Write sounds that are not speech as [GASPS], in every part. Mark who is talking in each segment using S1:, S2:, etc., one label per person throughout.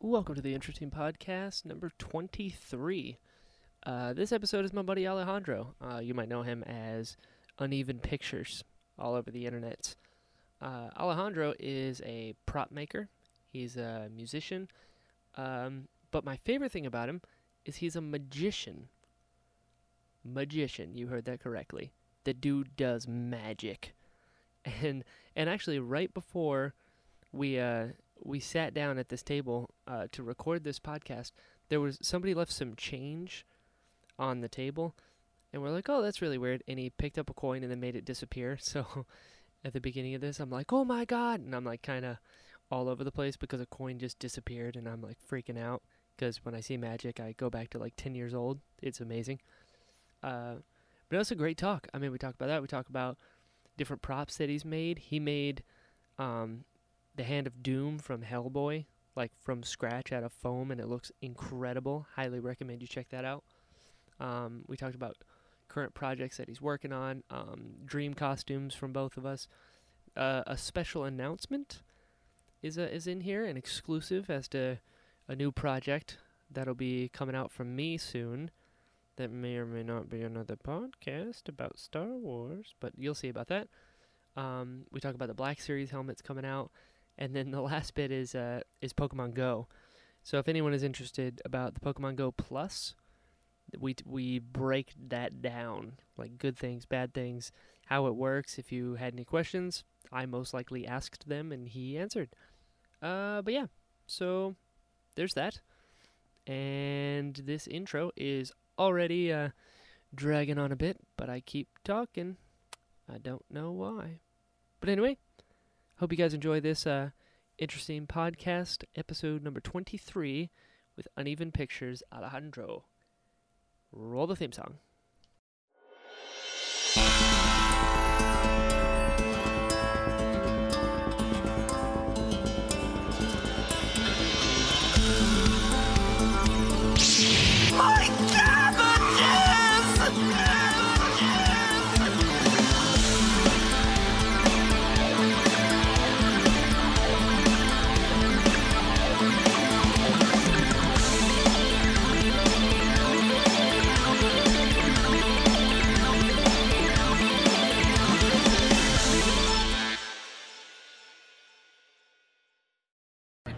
S1: Welcome to the Interesting Podcast, number 23. Uh, this episode is my buddy Alejandro. Uh, you might know him as Uneven Pictures all over the internet. Uh, Alejandro is a prop maker, he's a musician, um, but my favorite thing about him is he's a magician. Magician, you heard that correctly. The dude does magic. [LAUGHS] And and actually right before we uh we sat down at this table uh, to record this podcast, there was somebody left some change on the table, and we're like, "Oh, that's really weird." And he picked up a coin and then made it disappear. [LAUGHS] So at the beginning of this, I'm like, "Oh my god!" And I'm like, kind of all over the place because a coin just disappeared, and I'm like freaking out because when I see magic, I go back to like 10 years old. It's amazing. Uh, but it was a great talk. I mean, we talked about that. We talked about different props that he's made. He made um, the Hand of Doom from Hellboy, like from scratch out of foam, and it looks incredible. Highly recommend you check that out. Um, we talked about current projects that he's working on, um, dream costumes from both of us. Uh, a special announcement is uh is in here, an exclusive as to a new project that'll be coming out from me soon. That may or may not be another podcast about Star Wars, but you'll see about that. Um, we talk about the Black Series helmets coming out, and then the last bit is uh, is Pokemon Go. So if anyone is interested about the Pokemon Go Plus, we we break that down, like good things, bad things, how it works. If you had any questions, I most likely asked them, and he answered. Uh, but yeah, so there's that, and this intro is already uh, dragging on a bit, but I keep talking. I don't know why. But anyway, hope you guys enjoy this uh, interesting podcast, episode number 23 with Uneven Pictures Alejandro. Roll the theme song. [LAUGHS]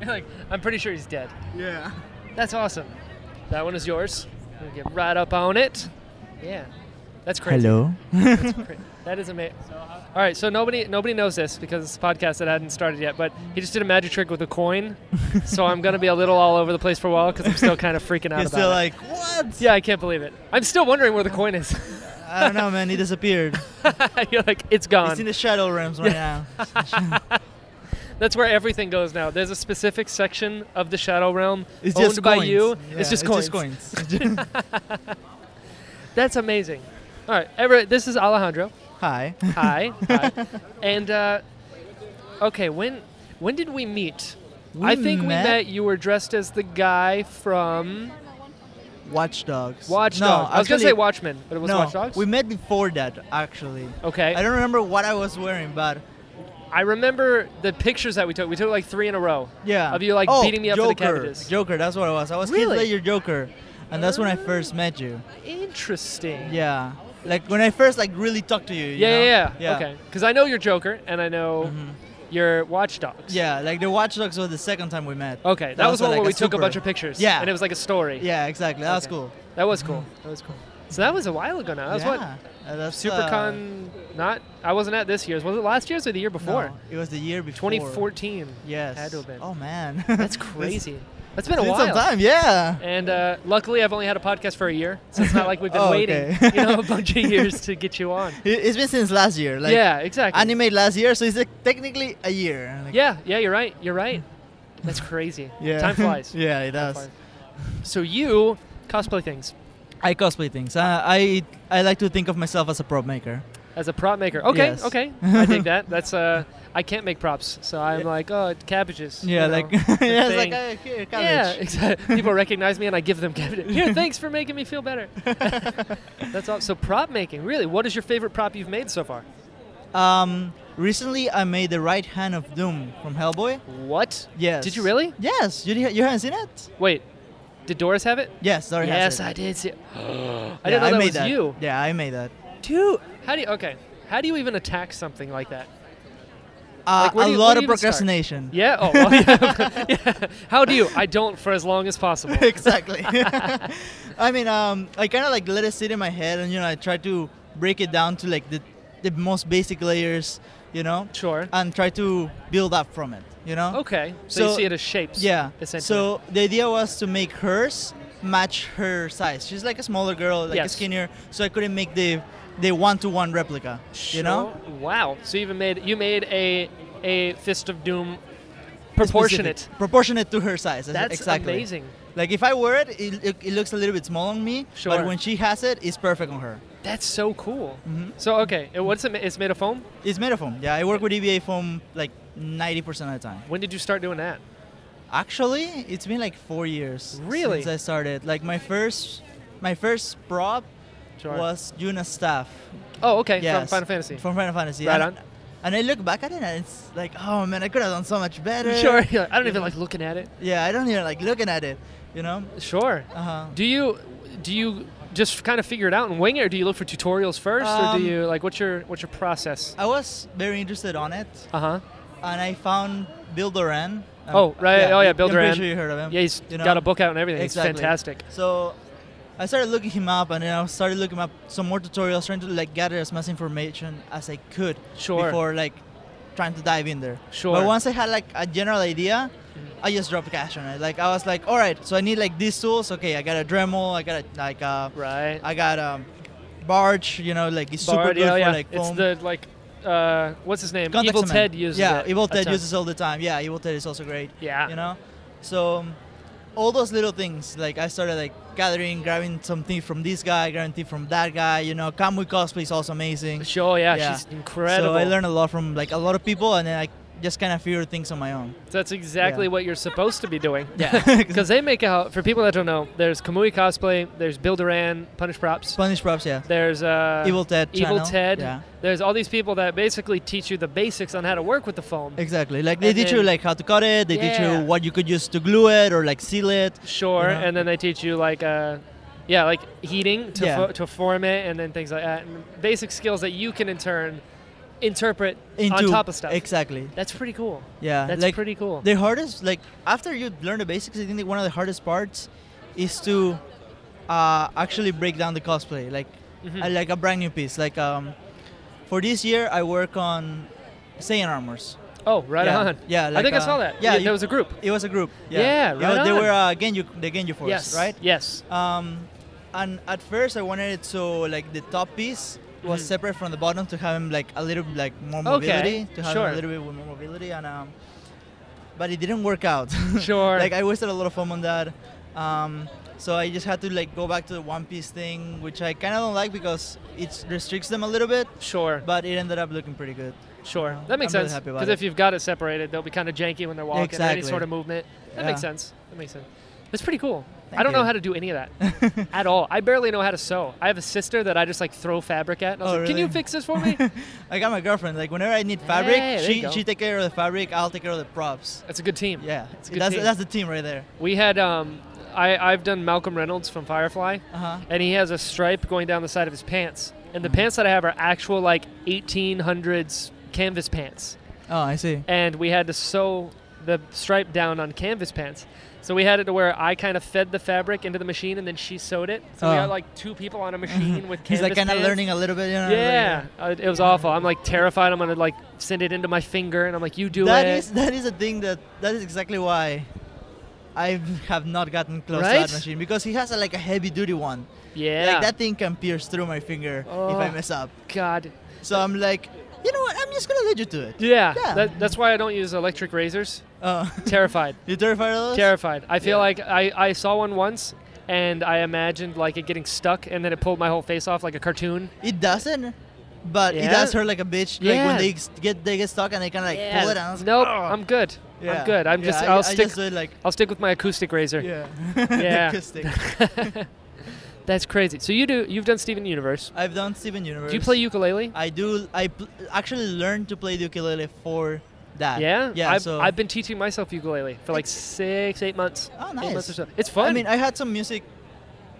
S1: like, I'm pretty sure he's dead.
S2: Yeah.
S1: That's awesome. That one is yours. We'll get right up on it. Yeah. That's crazy.
S2: Hello.
S1: Great. That is amazing. All right, so nobody nobody knows this because it's a podcast that hadn't started yet, but he just did a magic trick with a
S2: [LAUGHS]
S1: coin. so I'm going to be a little all over the place for a while because I'm still kind of freaking out about
S2: You're still
S1: it.
S2: like, what?
S1: yeah, I can't believe it. I'm still wondering where the coin is.
S2: I don't know, man.
S1: [LAUGHS]
S2: He disappeared.
S1: You're like, it's gone.
S2: He's in the shadow realms right now.
S1: [LAUGHS] That's where everything goes now. There's a specific section of the Shadow Realm
S2: It's
S1: owned
S2: just
S1: by
S2: coins.
S1: you.
S2: Yeah,
S1: it's just coins. [LAUGHS]
S2: coins. [LAUGHS]
S1: That's amazing. All right, Everett, this is Alejandro.
S2: [LAUGHS] Hi.
S1: Hi. Hi. And uh, okay, when when did we meet? I think we met. You were dressed as the guy from
S2: Watch Dogs.
S1: Watch
S2: no,
S1: Dogs. I was gonna
S2: actually-
S1: say Watchmen, but it was
S2: no,
S1: Watch Dogs.
S2: We met before that, actually.
S1: okay.
S2: I don't remember what I was wearing, but
S1: I remember the pictures that we took. We took like three in a row.
S2: yeah.
S1: Of you, like,
S2: oh,
S1: beating me up for
S2: Joker.
S1: the cabbages.
S2: Joker, that's what I was. I was
S1: Really?
S2: Heath Ledger Joker, and that's when I first met you.
S1: Interesting.
S2: Yeah. Like when I first like really talked to you. you
S1: Yeah,
S2: know?
S1: yeah, yeah.
S2: yeah. Mm-hmm.
S1: Okay. Because I know you're Joker, and I know you're Watch Dogs.
S2: Yeah, like the Watch Dogs was the second time we met.
S1: Okay, that, was,
S2: also,
S1: one
S2: like,
S1: where we
S2: a
S1: took a
S2: super-
S1: bunch of pictures.
S2: Yeah.
S1: And it was like a story.
S2: Yeah, Mm-hmm. exactly. That was
S1: Okay.
S2: cool.
S1: That was cool. That was cool. So that was a while ago now. That was
S2: yeah. Uh, that's,
S1: what
S2: uh,
S1: SuperCon. Not. I wasn't at this year's. Was it last year's or the year before?
S2: no, it was the year before.
S1: 2014.
S2: Yes.
S1: Had to have been.
S2: Oh man. [LAUGHS]
S1: That's crazy. That's been a
S2: it's been
S1: while.
S2: some time. Yeah.
S1: And uh, luckily, I've only had a podcast for a year, so it's not like we've been
S2: [LAUGHS] Oh,
S1: waiting,
S2: okay.
S1: you know, a
S2: [LAUGHS]
S1: bunch of years to get you on.
S2: It- It's been since last year. Like
S1: yeah, exactly.
S2: Anime last year, so it's like technically a year. Like,
S1: yeah, yeah, you're right. You're right. That's crazy.
S2: Mm. [LAUGHS] Yeah.
S1: Time flies.
S2: yeah, it
S1: Time
S2: does.
S1: flies. So you cosplay things
S2: I cosplay things. Uh, I I like to think of myself as a prop maker.
S1: as a prop maker. Okay,
S2: Yes.
S1: okay. I take
S2: [LAUGHS]
S1: that. That's uh, I can't make props, so I'm like, oh, cabbages.
S2: Yeah,
S1: you know,
S2: [LAUGHS] like
S1: the
S2: yeah, it's
S1: thing.
S2: like uh, here,
S1: Yeah,
S2: cabbage.
S1: [LAUGHS] exactly. People recognize me and I give them cabbage.
S2: [LAUGHS]
S1: Here, thanks for making me feel better. That's all. So prop making, really. What is your favorite prop you've made so far?
S2: Um, Recently, I made the right hand of doom from Hellboy.
S1: What?
S2: Yes.
S1: Did you really?
S2: Yes. You, you haven't seen it?
S1: Wait, did Doris have it?
S2: Yes. Sorry.
S1: yes,
S2: has it.
S1: I did see. It. [GASPS] I didn't
S2: [GASPS] Yeah,
S1: know that
S2: made
S1: was you,
S2: Yeah, I made that.
S1: dude. How do you? Okay, how do you even attack something like that?
S2: Uh,
S1: where do
S2: a
S1: you- where
S2: lot
S1: do
S2: of
S1: you even start?
S2: procrastination.
S1: Yeah. Oh. well, [LAUGHS] yeah. yeah. How do you? I don't for as long as
S2: [LAUGHS]
S1: possible.
S2: [LAUGHS]
S1: [LAUGHS]
S2: exactly. I mean, um, I kind of like let it sit in my head, and you know, I try to break it down to like the, the most basic layers, you know,
S1: Sure.
S2: and try to build up from it, you know.
S1: Okay. So, you
S2: So-
S1: see it as shapes.
S2: Yeah.
S1: Essentially.
S2: So the idea was to make hers match her size. She's like a smaller girl, like
S1: Yes.
S2: a skinnier, so I couldn't make the the one-to-one replica, you know.
S1: Sure. Wow. So you even made you made a a fist of doom proportionate.
S2: Specific. Proportionate to her size.
S1: That's
S2: exactly.
S1: amazing.
S2: Like if I wear it, it, it, it looks a little bit small on me,
S1: Sure.
S2: but when she has it, it's perfect on her.
S1: That's so cool.
S2: Mhm.
S1: So okay, and what's it? ma- It's made of foam.
S2: It's made of foam. Yeah, I work with EVA foam like 90% of the time.
S1: When did you start doing that?
S2: Actually, it's been like four years
S1: Really?
S2: since I started. Like my first, my first prop was Yuna's staff.
S1: Oh, okay. From
S2: Yes,
S1: Final Fantasy.
S2: From Final Fantasy.
S1: Right
S2: and,
S1: on.
S2: And I look back at it and it's like, oh man, I could have done so much better.
S1: [LAUGHS]
S2: [LAUGHS]
S1: Sure. yeah, I don't even
S2: Yeah.
S1: like looking at it.
S2: Yeah, I don't even like looking at it. You know.
S1: Sure.
S2: Uh-huh.
S1: Do you do you just kind of figure it out and wing it, or do you look for tutorials first, or
S2: Um,
S1: do you like what's your what's your process?
S2: I was very interested on it,
S1: Uh huh.
S2: and I found Bill Duran. Um,
S1: Oh, right. Oh, yeah, Bill
S2: I'm
S1: Duran.
S2: Pretty sure you heard of him.
S1: Yeah, he's
S2: um, you know?
S1: got a book out and everything.
S2: Exactly.
S1: It's fantastic.
S2: So I started looking him up, and then I started looking up some more tutorials, trying to like gather as much information as I could
S1: Sure.
S2: before like trying to dive in there.
S1: Sure.
S2: But once I had like a general idea, I just dropped cash on it. Like I was like, all right, so I need like these tools. Okay, I got a Dremel. I got a, like uh,
S1: right.
S2: I got um, Barge. You know, like it's super
S1: Bard,
S2: good
S1: yeah,
S2: for
S1: yeah.
S2: like
S1: it's
S2: foam.
S1: the like, uh, what's his name?
S2: Contact
S1: Evil
S2: cement.
S1: Ted uses
S2: yeah,
S1: it.
S2: Evil
S1: a
S2: Ted
S1: ton.
S2: uses all the time. Yeah, Evil Ted is also great
S1: Yeah.
S2: you know so um, all those little things like i started like gathering grabbing something from this guy grabbing thing from that guy you know kamui cosplay is also amazing
S1: Sure. Yeah,
S2: Yeah.
S1: She's incredible.
S2: so i learned a lot from like a lot of people and then i just kind of figured things on my own
S1: That's exactly what you're supposed to be doing.
S2: [LAUGHS]
S1: [LAUGHS]
S2: yeah
S1: Because they make out for people that don't know. There's Kamui cosplay. There's Bill Duran, Punish Props.
S2: spanish props yeah
S1: There's uh,
S2: evil ted
S1: Evil
S2: channel.
S1: Ted.
S2: yeah
S1: There's all these people that basically teach you the basics on how to work with the foam.
S2: exactly like they
S1: And
S2: teach you
S1: then-
S2: like how to cut it they teach
S1: Yeah.
S2: you what you could use to glue it or like seal it
S1: Sure,
S2: You know?
S1: and then they teach you like, uh, yeah, like heating to
S2: Yeah.
S1: fo- to form it, and then things like that, and basic skills that you can in turn interpret
S2: into
S1: on top of stuff.
S2: exactly
S1: That's pretty cool.
S2: yeah
S1: That's
S2: like
S1: pretty cool.
S2: The hardest, like after you learn the basics, I think that one of the hardest parts is to uh, actually break down the cosplay, like
S1: Mhm.
S2: uh, like a brand new piece. Like um, for this year, I work on Saiyan armors.
S1: Oh, right
S2: yeah,
S1: on.
S2: Yeah,
S1: I
S2: like,
S1: think I
S2: uh,
S1: saw that.
S2: Yeah,
S1: Yeah,
S2: you-
S1: there was a group.
S2: it was a group. Yeah,
S1: Yeah,
S2: It
S1: right
S2: wa- They
S1: on.
S2: were uh, Genju, the Genju Force,
S1: yes.
S2: right? [LAUGHS]
S1: Yes.
S2: Um, and at first, I wanted it so like the top piece was
S1: Mhm.
S2: separate from the bottom to have him like a little bit, like more
S1: Okay,
S2: mobility, to have
S1: sure.
S2: him a little bit more mobility, and um, but it didn't work out. [LAUGHS]
S1: Sure.
S2: like I wasted a lot of foam on that. Um, so I just had to like go back to the One Piece thing, which I kind of don't like because it restricts them a little bit.
S1: sure.
S2: But it ended up looking pretty good.
S1: Sure.
S2: know,
S1: That makes
S2: I'm really
S1: sense.
S2: happy about
S1: Because
S2: it.
S1: if you've got it separated, they'll be kind of janky when they're walking. Any
S2: Exactly.
S1: sort of movement. That makes
S2: Yeah.
S1: sense. That makes sense. That's pretty cool. I
S2: Thank
S1: don't know
S2: you.
S1: how to do any of
S2: [LAUGHS]
S1: that at all. I barely know how to sew. I have a sister that I just like throw fabric at. And I was
S2: Oh,
S1: like, "Can you
S2: really?
S1: fix this for
S2: [LAUGHS]
S1: me?"
S2: I got my girlfriend. Like whenever I need fabric,
S1: Hey, there you
S2: she
S1: go.
S2: she take care of the fabric. I'll take care of the props.
S1: That's a good team.
S2: Yeah,
S1: It's a good
S2: that's
S1: team.
S2: that's the team right there.
S1: We had um, I I've done Malcolm Reynolds from Firefly,
S2: Uh huh.
S1: and he has a stripe going down the side of his pants. And the
S2: Mhm.
S1: pants that I have are actual like 1800s canvas pants.
S2: Oh, I see.
S1: and we had to sew the stripe down on canvas pants. So we had it to where I kind of fed the fabric into the machine and then she sewed it. So we
S2: Oh.
S1: got like two people
S2: [LAUGHS]
S1: on a machine with canvas
S2: He's like kind of
S1: pants.
S2: learning a little bit. You know, like,
S1: Yeah, uh, it was awful. I'm like terrified. I'm gonna like send it into my finger, and I'm like, "You do
S2: That
S1: it."
S2: is that is a thing that that is exactly why I have not gotten close to
S1: Right?
S2: that machine because he has a, like a heavy duty one.
S1: yeah.
S2: Like that thing can pierce through my finger if I
S1: Oh.
S2: mess up.
S1: God.
S2: So I'm like, you know what? I'm just gonna let you do it.
S1: Yeah.
S2: Yeah.
S1: That, that's why I don't use electric
S2: [LAUGHS]
S1: razors.
S2: Uh,
S1: Terrified.
S2: you terrified of those?
S1: Terrified. I feel
S2: Yeah.
S1: like I, I saw one once, and I imagined like it getting stuck, and then it pulled my whole face off like a cartoon.
S2: it doesn't, but it
S1: Yeah.
S2: does hurt like a bitch. Like
S1: Yeah.
S2: when they s- get they get stuck and they kind of like
S1: Yeah.
S2: pull it out.
S1: Nope. I'm good. I'm good. I'm just. I'll
S2: Oh. I
S1: stick.
S2: just do it like [LAUGHS]
S1: I'll stick with my acoustic razor.
S2: yeah.
S1: Yeah.
S2: Acoustic.
S1: That's crazy. So you do you've done Steven Universe.
S2: I've done Steven Universe. Uh,
S1: Do you play ukulele?
S2: I do. I pl- actually learned to play the ukulele for that.
S1: yeah.
S2: Yeah.
S1: I've,
S2: so
S1: I've been teaching myself ukulele for like
S2: It's-
S1: six, eight months.
S2: oh,
S1: Eight
S2: nice.
S1: months or so. It's fun.
S2: I mean, I had some music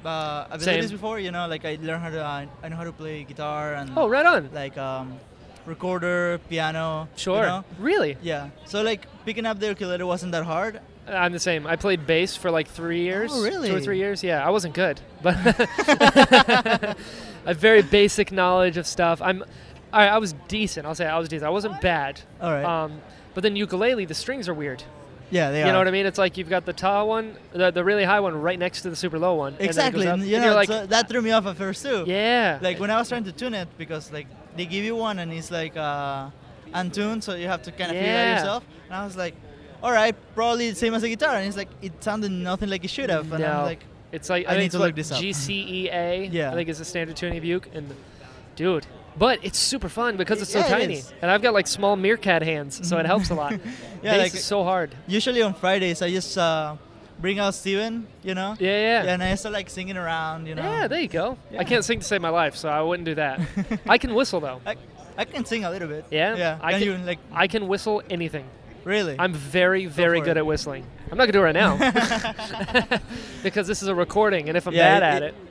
S2: uh, abilities
S1: Same.
S2: before. You know, like I learned how to. Uh, I know how to play guitar and
S1: oh, right on.
S2: like um, recorder, piano. you
S1: Sure.
S2: know?
S1: Really?
S2: Yeah. So like picking up the ukulele wasn't that hard.
S1: I'm the same. I played bass for like three years. Two or
S2: Oh, really?
S1: three years. Yeah, I wasn't
S2: [LAUGHS]
S1: good, [LAUGHS] but a very basic knowledge of stuff. I'm, I, I was decent. I'll say I was decent. I wasn't bad.
S2: All right.
S1: Um, but then ukulele, the strings are weird.
S2: yeah. They
S1: You
S2: are.
S1: know what I mean? It's like you've got the tall one, the, the really high one, right next to the super low one. and then it goes
S2: Exactly.
S1: up,
S2: and, you
S1: and
S2: know,
S1: you're like,
S2: so that threw me off at first too.
S1: yeah.
S2: Like when I was trying to tune it because like they give you one and it's like uh, untuned, so you have to kind of figure
S1: Yeah.
S2: out yourself. And I was like, all right, probably the same as the guitar. And it's like it sounded nothing like it should have. And
S1: No.
S2: I'm like,
S1: It's like I,
S2: I
S1: think
S2: need
S1: it's
S2: to
S1: what,
S2: look this up.
S1: GCEA.
S2: Yeah.
S1: I think is the standard tuning of uke. And dude, but it's super fun because it's so
S2: Yeah, it
S1: tiny,
S2: is.
S1: and I've got like small meerkat hands, so it helps a lot.
S2: [LAUGHS] yeah,
S1: Bass
S2: like
S1: is so hard.
S2: usually on Fridays I just uh, bring out Steven, you know.
S1: Yeah, yeah.
S2: And I start like singing around, you know.
S1: Yeah, there you go. I
S2: Yeah.
S1: can't sing to save my life, so I wouldn't do
S2: [LAUGHS]
S1: that. I can whistle though.
S2: I, I can sing a little bit.
S1: Yeah?
S2: Yeah.
S1: I
S2: can,
S1: can-
S2: you like
S1: I can whistle anything.
S2: really?
S1: I'm very, very
S2: for
S1: good
S2: it.
S1: at whistling. I'm not gonna do it right now
S2: [LAUGHS]
S1: [LAUGHS] because this is a recording, and if I'm bad at it,
S2: [LAUGHS]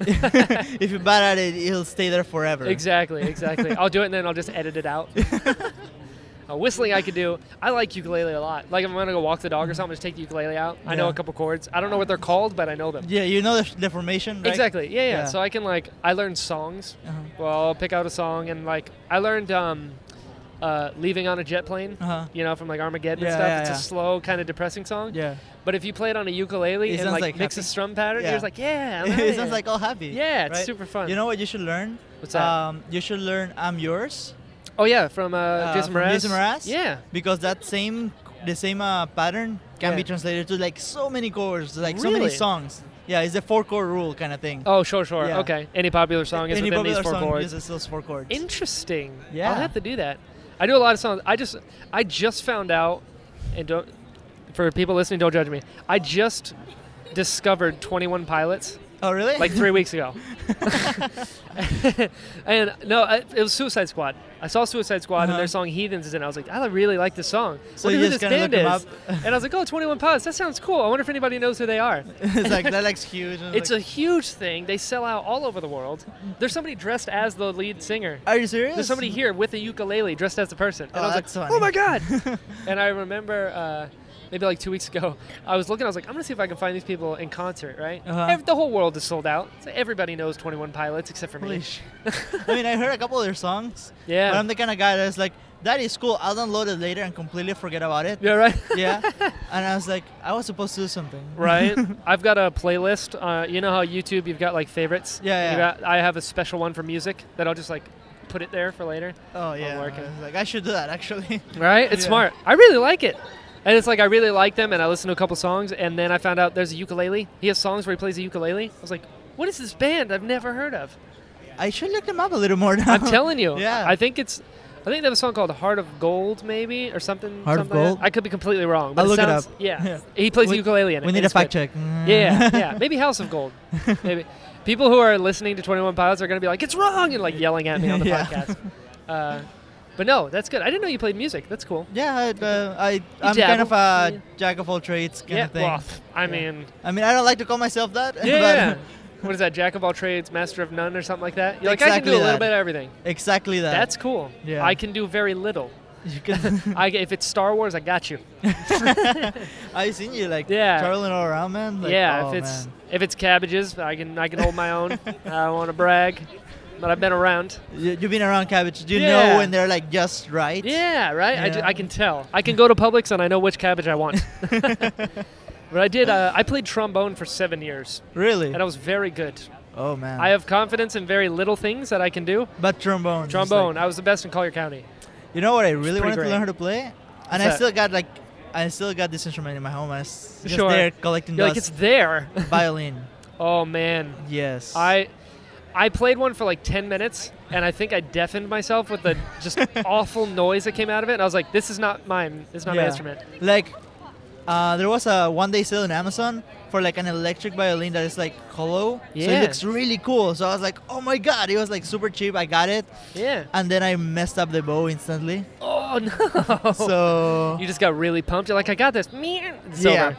S2: if you're bad at it, he'll stay there forever.
S1: Exactly, exactly. I'll do it and then I'll just edit it
S2: [LAUGHS]
S1: out. Uh, whistling I could do. I like ukulele a lot. Like if I'm gonna go walk the dog or something, just take the ukulele out. I know
S2: Yeah.
S1: a couple chords. I don't know what they're called, but I know them.
S2: Yeah, you know the, the formation, right?
S1: Exactly. Yeah, yeah,
S2: Yeah.
S1: So I can like I learn songs.
S2: Uh-huh.
S1: Well, I'll pick out a song and like I learned um, uh, "Leaving on a Jet Plane."
S2: Uh-huh.
S1: You know, from like Armageddon and
S2: Yeah,
S1: stuff.
S2: yeah,
S1: it's
S2: yeah.
S1: a slow, kind of depressing song.
S2: Yeah.
S1: But if you play it on a ukulele
S2: It
S1: and
S2: sounds
S1: like,
S2: like
S1: mix a
S2: happy.
S1: strum pattern,
S2: Yeah.
S1: you're just like, yeah. I'm outta
S2: [LAUGHS] it sounds
S1: here."
S2: like all happy.
S1: Yeah, it's
S2: right?
S1: super fun.
S2: You know what you should learn?
S1: What's that?
S2: Um, you should learn "I'm Yours"
S1: oh yeah, from uh,
S2: uh,
S1: Jason
S2: from
S1: Mraz.
S2: Jason Mraz.
S1: Yeah.
S2: because that same the same uh, pattern can be
S1: Yeah.
S2: translated to like so many chords, like so
S1: Really?
S2: many songs. Yeah, it's a four-chord rule kind of thing.
S1: Oh, sure, sure.
S2: Yeah.
S1: Okay. Any popular song is
S2: Any
S1: within
S2: popular
S1: these four
S2: song
S1: chords.
S2: uses those four chords.
S1: Interesting.
S2: Yeah.
S1: I'll have to do that. I do a lot of songs. I just I just found out and don't for people listening, don't judge me. I just discovered 21 Pilots
S2: oh, really?
S1: like
S2: [LAUGHS]
S1: 3 weeks ago. and no, I, it was Suicide Squad. I saw Suicide Squad and
S2: Uh-huh.
S1: their song Heathens is in. I was like, I really like this song.
S2: So
S1: Wonder
S2: you
S1: who
S2: just
S1: this
S2: kinda
S1: band
S2: looked 'em
S1: is. [LAUGHS]
S2: up.
S1: and I was like, oh, 21 Pilots. That sounds cool. I wonder if anybody knows who they are.
S2: [LAUGHS] it's like
S1: [LAUGHS]
S2: that looks huge. and
S1: It's
S2: like,
S1: a huge thing. They sell out all over the world. There's somebody dressed as the lead singer.
S2: Are you serious?
S1: There's somebody here with a ukulele dressed as the person. And
S2: Oh,
S1: I was like,
S2: that's
S1: oh
S2: funny."
S1: my God.
S2: [LAUGHS]
S1: and I remember uh, maybe like two weeks ago, I was looking, I was like, I'm going to see if I can find these people in concert, right?
S2: Uh-huh.
S1: Ev- the whole world is sold out. So everybody knows 21 Pilots except for [LAUGHS]
S2: [LAUGHS] Holy
S1: me.
S2: sh- I mean, I heard a couple of their songs.
S1: Yeah.
S2: But I'm the kind of guy that's like, that is cool. I'll download it later and completely forget about it.
S1: yeah,
S2: [LAUGHS]
S1: right?
S2: Yeah. and I was like, I was supposed to do something.
S1: right? I've got a playlist. Uh, you know how YouTube, you've got like favorites?
S2: Yeah,
S1: And you
S2: yeah.
S1: got- I have a special one for music that I'll just like put it there for later.
S2: Oh yeah.
S1: working.
S2: I was like I should do that actually. [LAUGHS]
S1: Right? It's
S2: Yeah.
S1: smart. I really like it. And it's like I really like them and I listened to a couple songs and then I found out there's a ukulele. He has songs where he plays a ukulele. I was like, what is this band I've never heard
S2: [LAUGHS]
S1: of?
S2: I should look them up a little more now.
S1: I'm telling you.
S2: Yeah.
S1: I think it's I think they have a song called Heart of Gold maybe or something.
S2: Heart of
S1: something like that.
S2: Gold?
S1: I could be completely wrong. But
S2: I'll
S1: it
S2: look it
S1: sounds-
S2: up.
S1: Yeah.
S2: Yeah.
S1: He plays
S2: We-
S1: a ukulele in it.
S2: [LAUGHS] we need
S1: and
S2: a
S1: it's
S2: fact
S1: good.
S2: check. Mm. [LAUGHS]
S1: Yeah, yeah. Maybe House of Gold. Maybe. People who are listening to 21 Pilots are going to be like, it's wrong, and like yelling at me on the
S2: [LAUGHS] Yeah.
S1: podcast. Uh, but no, that's good. I didn't know you played music. That's cool.
S2: Yeah, I- uh, I I'm kind
S1: dabble.
S2: of a
S1: Yeah.
S2: jack of all trades kind
S1: yeah,
S2: of thing.
S1: well, I
S2: [LAUGHS]
S1: mean,
S2: I mean, I don't like to call myself that. [LAUGHS] but-
S1: Yeah. what is that? Jack of all trades, master of none, or something like that. You're like I can
S2: Exactly
S1: do a little
S2: that.
S1: bit of everything.
S2: exactly that.
S1: That's cool.
S2: Yeah.
S1: I can do very little.
S2: [LAUGHS] you can, [LAUGHS]
S1: I, if it's Star Wars, I got you.
S2: I've seen you like
S1: Yeah.
S2: traveling all around, man. Like,
S1: yeah.
S2: oh,
S1: if it's
S2: man.
S1: if it's cabbages, I can I can hold my own.
S2: [LAUGHS]
S1: I don't want to brag, but I've been around.
S2: you, you've been around cabbage, you
S1: Yeah.
S2: know when they're like just right.
S1: Yeah, right. I, ju-
S2: Yeah.
S1: I can tell. I can go to Publix and I know which cabbage I
S2: [LAUGHS]
S1: want. but I did. Uh, I played trombone for seven years,
S2: Really.
S1: and I was very good.
S2: Oh man.
S1: I have confidence in very little things that I can do.
S2: but trombone. is like-
S1: Trombone. I was the best in Collier County.
S2: You know what I
S1: pretty
S2: really wanted
S1: great.
S2: to learn how to play, and
S1: What's
S2: I
S1: that?
S2: still got like, I still got this instrument in my home. I was just
S1: Sure.
S2: there collecting
S1: You're like it's [LAUGHS]
S2: dust.
S1: there.
S2: violin.
S1: Oh man,
S2: Yes.
S1: I I played one for like 10 minutes and I think I deafened myself
S2: [LAUGHS]
S1: with the just awful noise that came out of it. And I was like, this is not mine. This is not my
S2: Yeah.
S1: instrument.
S2: Like, Uh, there was a one day sale in Amazon for like an electric violin that is like hollow. So
S1: Yeah.
S2: it looks really cool. So I was like, oh my god, it was like super cheap. I got it.
S1: Yeah.
S2: And then I messed up the bow instantly.
S1: Oh [LAUGHS] no.
S2: So
S1: you just got really pumped. You're like, I got this. Meow. It's
S2: Yeah.
S1: over.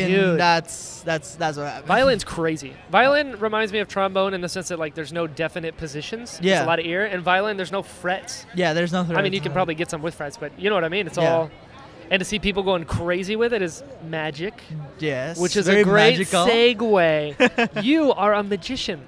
S2: in-
S1: Dude.
S2: that's that's that's what happened.
S1: Violin's crazy. Violin reminds me of trombone in the sense that like there's no definite positions. There's
S2: Yeah.
S1: a lot of ear. And violin, there's no frets.
S2: Yeah, there's nothing.
S1: I mean, you can probably get some with frets, but you know what I mean. It's
S2: Yeah.
S1: all. And to see people going crazy with it is magic,
S2: yes,
S1: which is
S2: very
S1: a great
S2: magical. [LAUGHS]
S1: segue. you are a magician.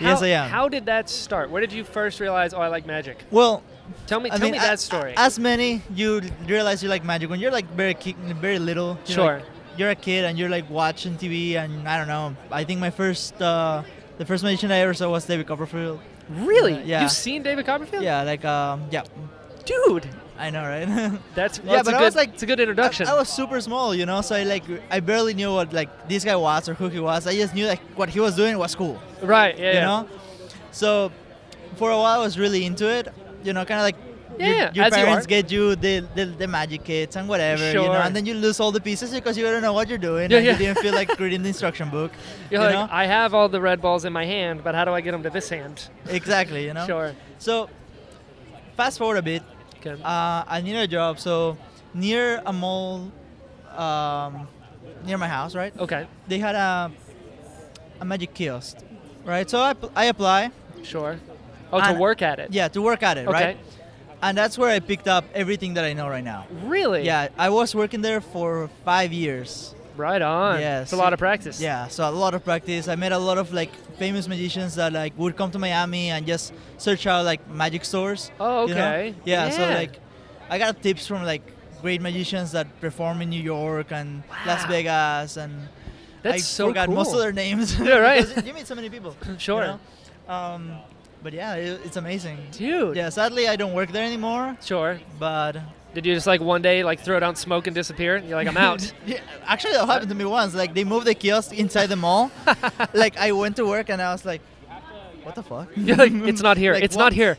S2: Yes,
S1: How-
S2: I am.
S1: How did that start? Where did you first realize? Oh, I like magic.
S2: Well,
S1: Tell me,
S2: I
S1: tell
S2: mean,
S1: me
S2: a-
S1: that story.
S2: As many you realize you like magic when you're like very ki- very little. you know,
S1: Sure.
S2: like, you're a kid and you're like watching TV and I don't know. I think my first uh, the first magician I ever saw was David Copperfield.
S1: really?
S2: Uh, yeah.
S1: You've seen David Copperfield?
S2: Yeah, like um, yeah,
S1: Dude,
S2: I know, right? [LAUGHS]
S1: that's well,
S2: Yeah,
S1: it's a
S2: but I
S1: good,
S2: was like-
S1: it's a good
S2: I,
S1: introduction.
S2: I was super small, you know, so I like I barely knew what like this guy was or who he was. I just knew like what he was doing was cool.
S1: right? Yeah.
S2: you
S1: yeah.
S2: know so for a while i was really into it you know kind of like your-
S1: Yeah,
S2: your
S1: as you
S2: parents
S1: are.
S2: get you the, the, the magic kits and whatever you know
S1: Sure.
S2: and then you lose all the pieces because you don't know what you're doing
S1: Yeah,
S2: and
S1: yeah.
S2: you didn't feel
S1: [LAUGHS]
S2: like reading the instruction book
S1: You're
S2: you
S1: like, "Ah."
S2: know
S1: I have all the red balls in my hand, but how do I get them to this hand?
S2: exactly you know
S1: Sure.
S2: so fast forward a bit
S1: Okay.
S2: uh, i needed a job so near a mall um, near my house right
S1: okay.
S2: they had a a magic kiosk right so i, pl- I apply
S1: Sure. Oh, to
S2: And-
S1: work at it.
S2: yeah to work at it
S1: Okay.
S2: right and that's where I picked up everything that I know right now.
S1: Really?
S2: Yeah, I was working there for five years.
S1: Right on.
S2: Yes.
S1: It's a lot of practice.
S2: Yeah, so a lot of practice. I met a lot of like famous magicians that like would come to Miami and just search out like magic stores.
S1: Oh,
S2: you know?
S1: okay.
S2: Yeah, so
S1: Yeah.
S2: like I got tips from like great magicians that perform in New York and Las
S1: Wow.
S2: Vegas and
S1: That's
S2: I
S1: so
S2: forgot
S1: cool.
S2: most of their names.
S1: [LAUGHS] Yeah,
S2: [LAUGHS]
S1: right.
S2: because you meet so many people. you
S1: Sure.
S2: know? um, but yeah, it, it's amazing.
S1: Dude.
S2: Yeah, sadly I don't work there anymore,
S1: Sure.
S2: but
S1: Did you just like one day like throw down smoke and disappear? And you're like, I'm out.
S2: [LAUGHS] Yeah, actually, that happened to me once. Like they moved the kiosk inside the [LAUGHS] mall. like I went to work and I was like, "What the [LAUGHS] fuck?
S1: you're like, it's not here.
S2: Like,
S1: it's
S2: what-
S1: not here.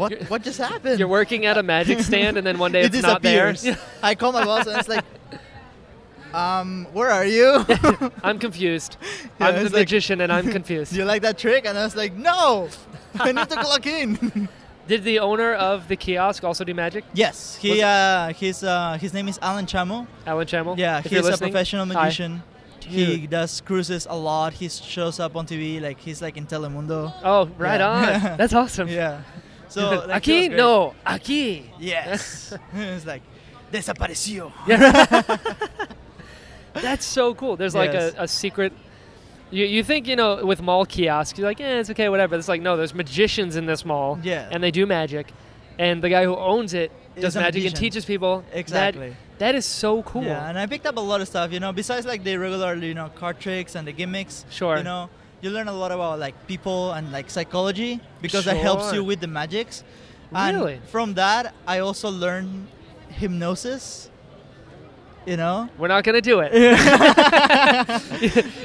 S2: What? What just happened?
S1: You're working at a magic stand, and then one day
S2: [LAUGHS] it
S1: it's not there.
S2: disappears. I call my boss and it's like, "Um, where are you?
S1: [LAUGHS]
S2: [LAUGHS]
S1: I'm confused.
S2: Yeah,
S1: I'm the
S2: it's like-
S1: magician, and
S2: [LAUGHS]
S1: I'm confused.
S2: Do you like that trick?" And I was like, "No, I need to clock in."
S1: Did the owner of the kiosk also do magic?
S2: [LAUGHS] yes, he.
S1: Was-
S2: Uh, his. Uh, his name is Alan Chamo.
S1: Alan Chamel?
S2: Yeah,
S1: if
S2: he's
S1: you're
S2: a
S1: listening,
S2: professional
S1: hi.
S2: magician. He
S1: Dude.
S2: does cruises a lot. He shows up on TV like he's like in Telemundo.
S1: Oh, right
S2: Yeah. [LAUGHS]
S1: on. That's awesome. [LAUGHS]
S2: Yeah. So like, he was
S1: aquí
S2: great.
S1: no, aquí. [LAUGHS]
S2: Yes. [LAUGHS] it's like desapareció. [LAUGHS]
S1: That's so cool. There's like
S2: Yes.
S1: a, a secret. You, you think you know with mall kiosks, you're like, eh, it's okay, whatever. It's like no, there's magicians in this mall,
S2: Yeah.
S1: and they do magic, and the guy who owns it
S2: Is
S1: does
S2: a
S1: magic and
S2: magician.
S1: teaches people. That-
S2: Exactly.
S1: that is so cool.
S2: Yeah, and I picked up a lot of stuff, you know, besides like the regular, you know, card tricks and the gimmicks.
S1: Sure.
S2: You know, you learn a lot about like people and like psychology because that helps
S1: Sure.
S2: you with the magics.
S1: Really?
S2: And from that, I also learned hypnosis. You know?
S1: We're not gonna do
S2: [LAUGHS]
S1: it. [LAUGHS]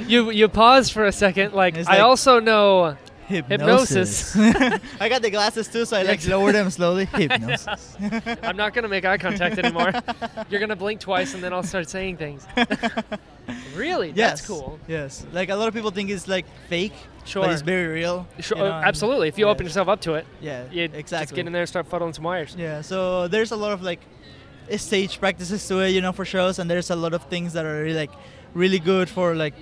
S1: you you pause for a second, like
S2: It's
S1: I
S2: like-
S1: also know.
S2: Hypnosis. [LAUGHS] I got the glasses too, so I like lower
S1: [LAUGHS]
S2: them slowly. Hypnosis.
S1: I'm not gonna make eye contact anymore.
S2: [LAUGHS]
S1: You're gonna blink twice, and then I'll start saying things. really?
S2: Yes.
S1: That's cool.
S2: Yes. Like a lot of people think it's like fake,
S1: Sure.
S2: but it's very real.
S1: Sure,
S2: you know,
S1: oh,
S2: and-
S1: absolutely. If you
S2: yeah,
S1: open yourself up to it,
S2: Yeah.
S1: you
S2: exactly.
S1: just get in there and start funneling some wires.
S2: Yeah. So there's a lot of like stage practices to it, you know, for shows, and there's a lot of things that are really, like really good for like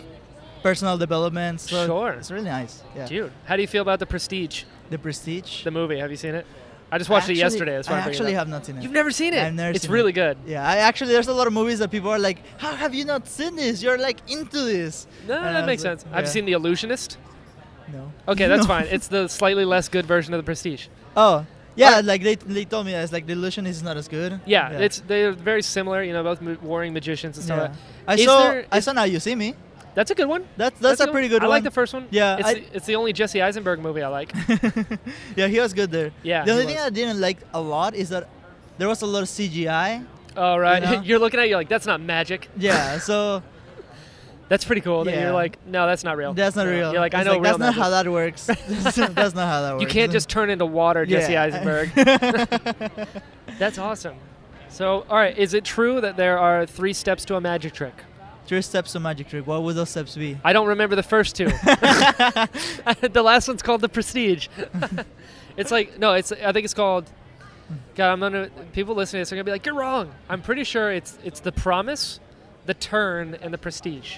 S2: personal development. So
S1: Sure.
S2: It's really nice. Yeah.
S1: Dude, how do you feel about the Prestige,
S2: The Prestige.
S1: the movie? Have you seen it? I just watched it
S2: I actually-
S1: yesterday. That's why
S2: I
S1: I'm bringing
S2: actually
S1: it up.
S2: have not seen it.
S1: You've never seen it.
S2: I've never
S1: it's
S2: seen
S1: really
S2: it.
S1: good.
S2: yeah, I actually there's a lot of movies that people are like, "How have you not seen this? You're like into this."
S1: No,
S2: And I
S1: that
S2: was
S1: makes
S2: like,
S1: sense. I've
S2: yeah.
S1: seen The Illusionist.
S2: No. [LAUGHS]
S1: Okay, that's
S2: No.
S1: fine. It's the slightly less good version of the Prestige.
S2: Oh, yeah.
S1: Alright.
S2: Like they, they told me that it's like the illusion is not as good.
S1: Yeah, it's they're very similar. You know, both mo- warring magicians and stuff.
S2: Yeah.
S1: Like
S2: I
S1: Is
S2: saw.
S1: there-
S2: I
S1: is-
S2: saw now you see me.
S1: that. That's a good one.
S2: That's that's, a
S1: good
S2: pretty good
S1: I
S2: one.
S1: like the first one.
S2: Yeah,
S1: it's,
S2: I-
S1: the, it's the only Jesse Eisenberg movie I
S2: [LAUGHS]
S1: like.
S2: yeah, he was good there.
S1: Yeah,
S2: The
S1: he
S2: only thing
S1: was.
S2: I didn't like a lot is that there was a lot of CGI.
S1: All right,
S2: You know?
S1: [LAUGHS] you're looking at it, you're like, that's not magic. [LAUGHS]
S2: Yeah, so
S1: That's pretty cool. That
S2: Yeah.
S1: you're like, no, that's not real.
S2: that's not
S1: No.
S2: real.
S1: Oh, You're like, I
S2: It's
S1: know real
S2: that's not
S1: magic."
S2: how that
S1: [LAUGHS]
S2: works. [LAUGHS] that's not how that works.
S1: You can't just turn into water, Jesse
S2: Yeah.
S1: Eisenberg. That's awesome. So, all right, is it true that there are three steps to a magic trick?
S2: Three steps to magic trick. What would those steps be?
S1: I don't remember the first
S2: [LAUGHS]
S1: two. [LAUGHS] the last one's called the Prestige. [LAUGHS] it's like no, it's I think it's called. God, I'm gonna people listening to this are gonna be like, you're wrong. I'm pretty sure it's it's the promise, the turn, and the prestige.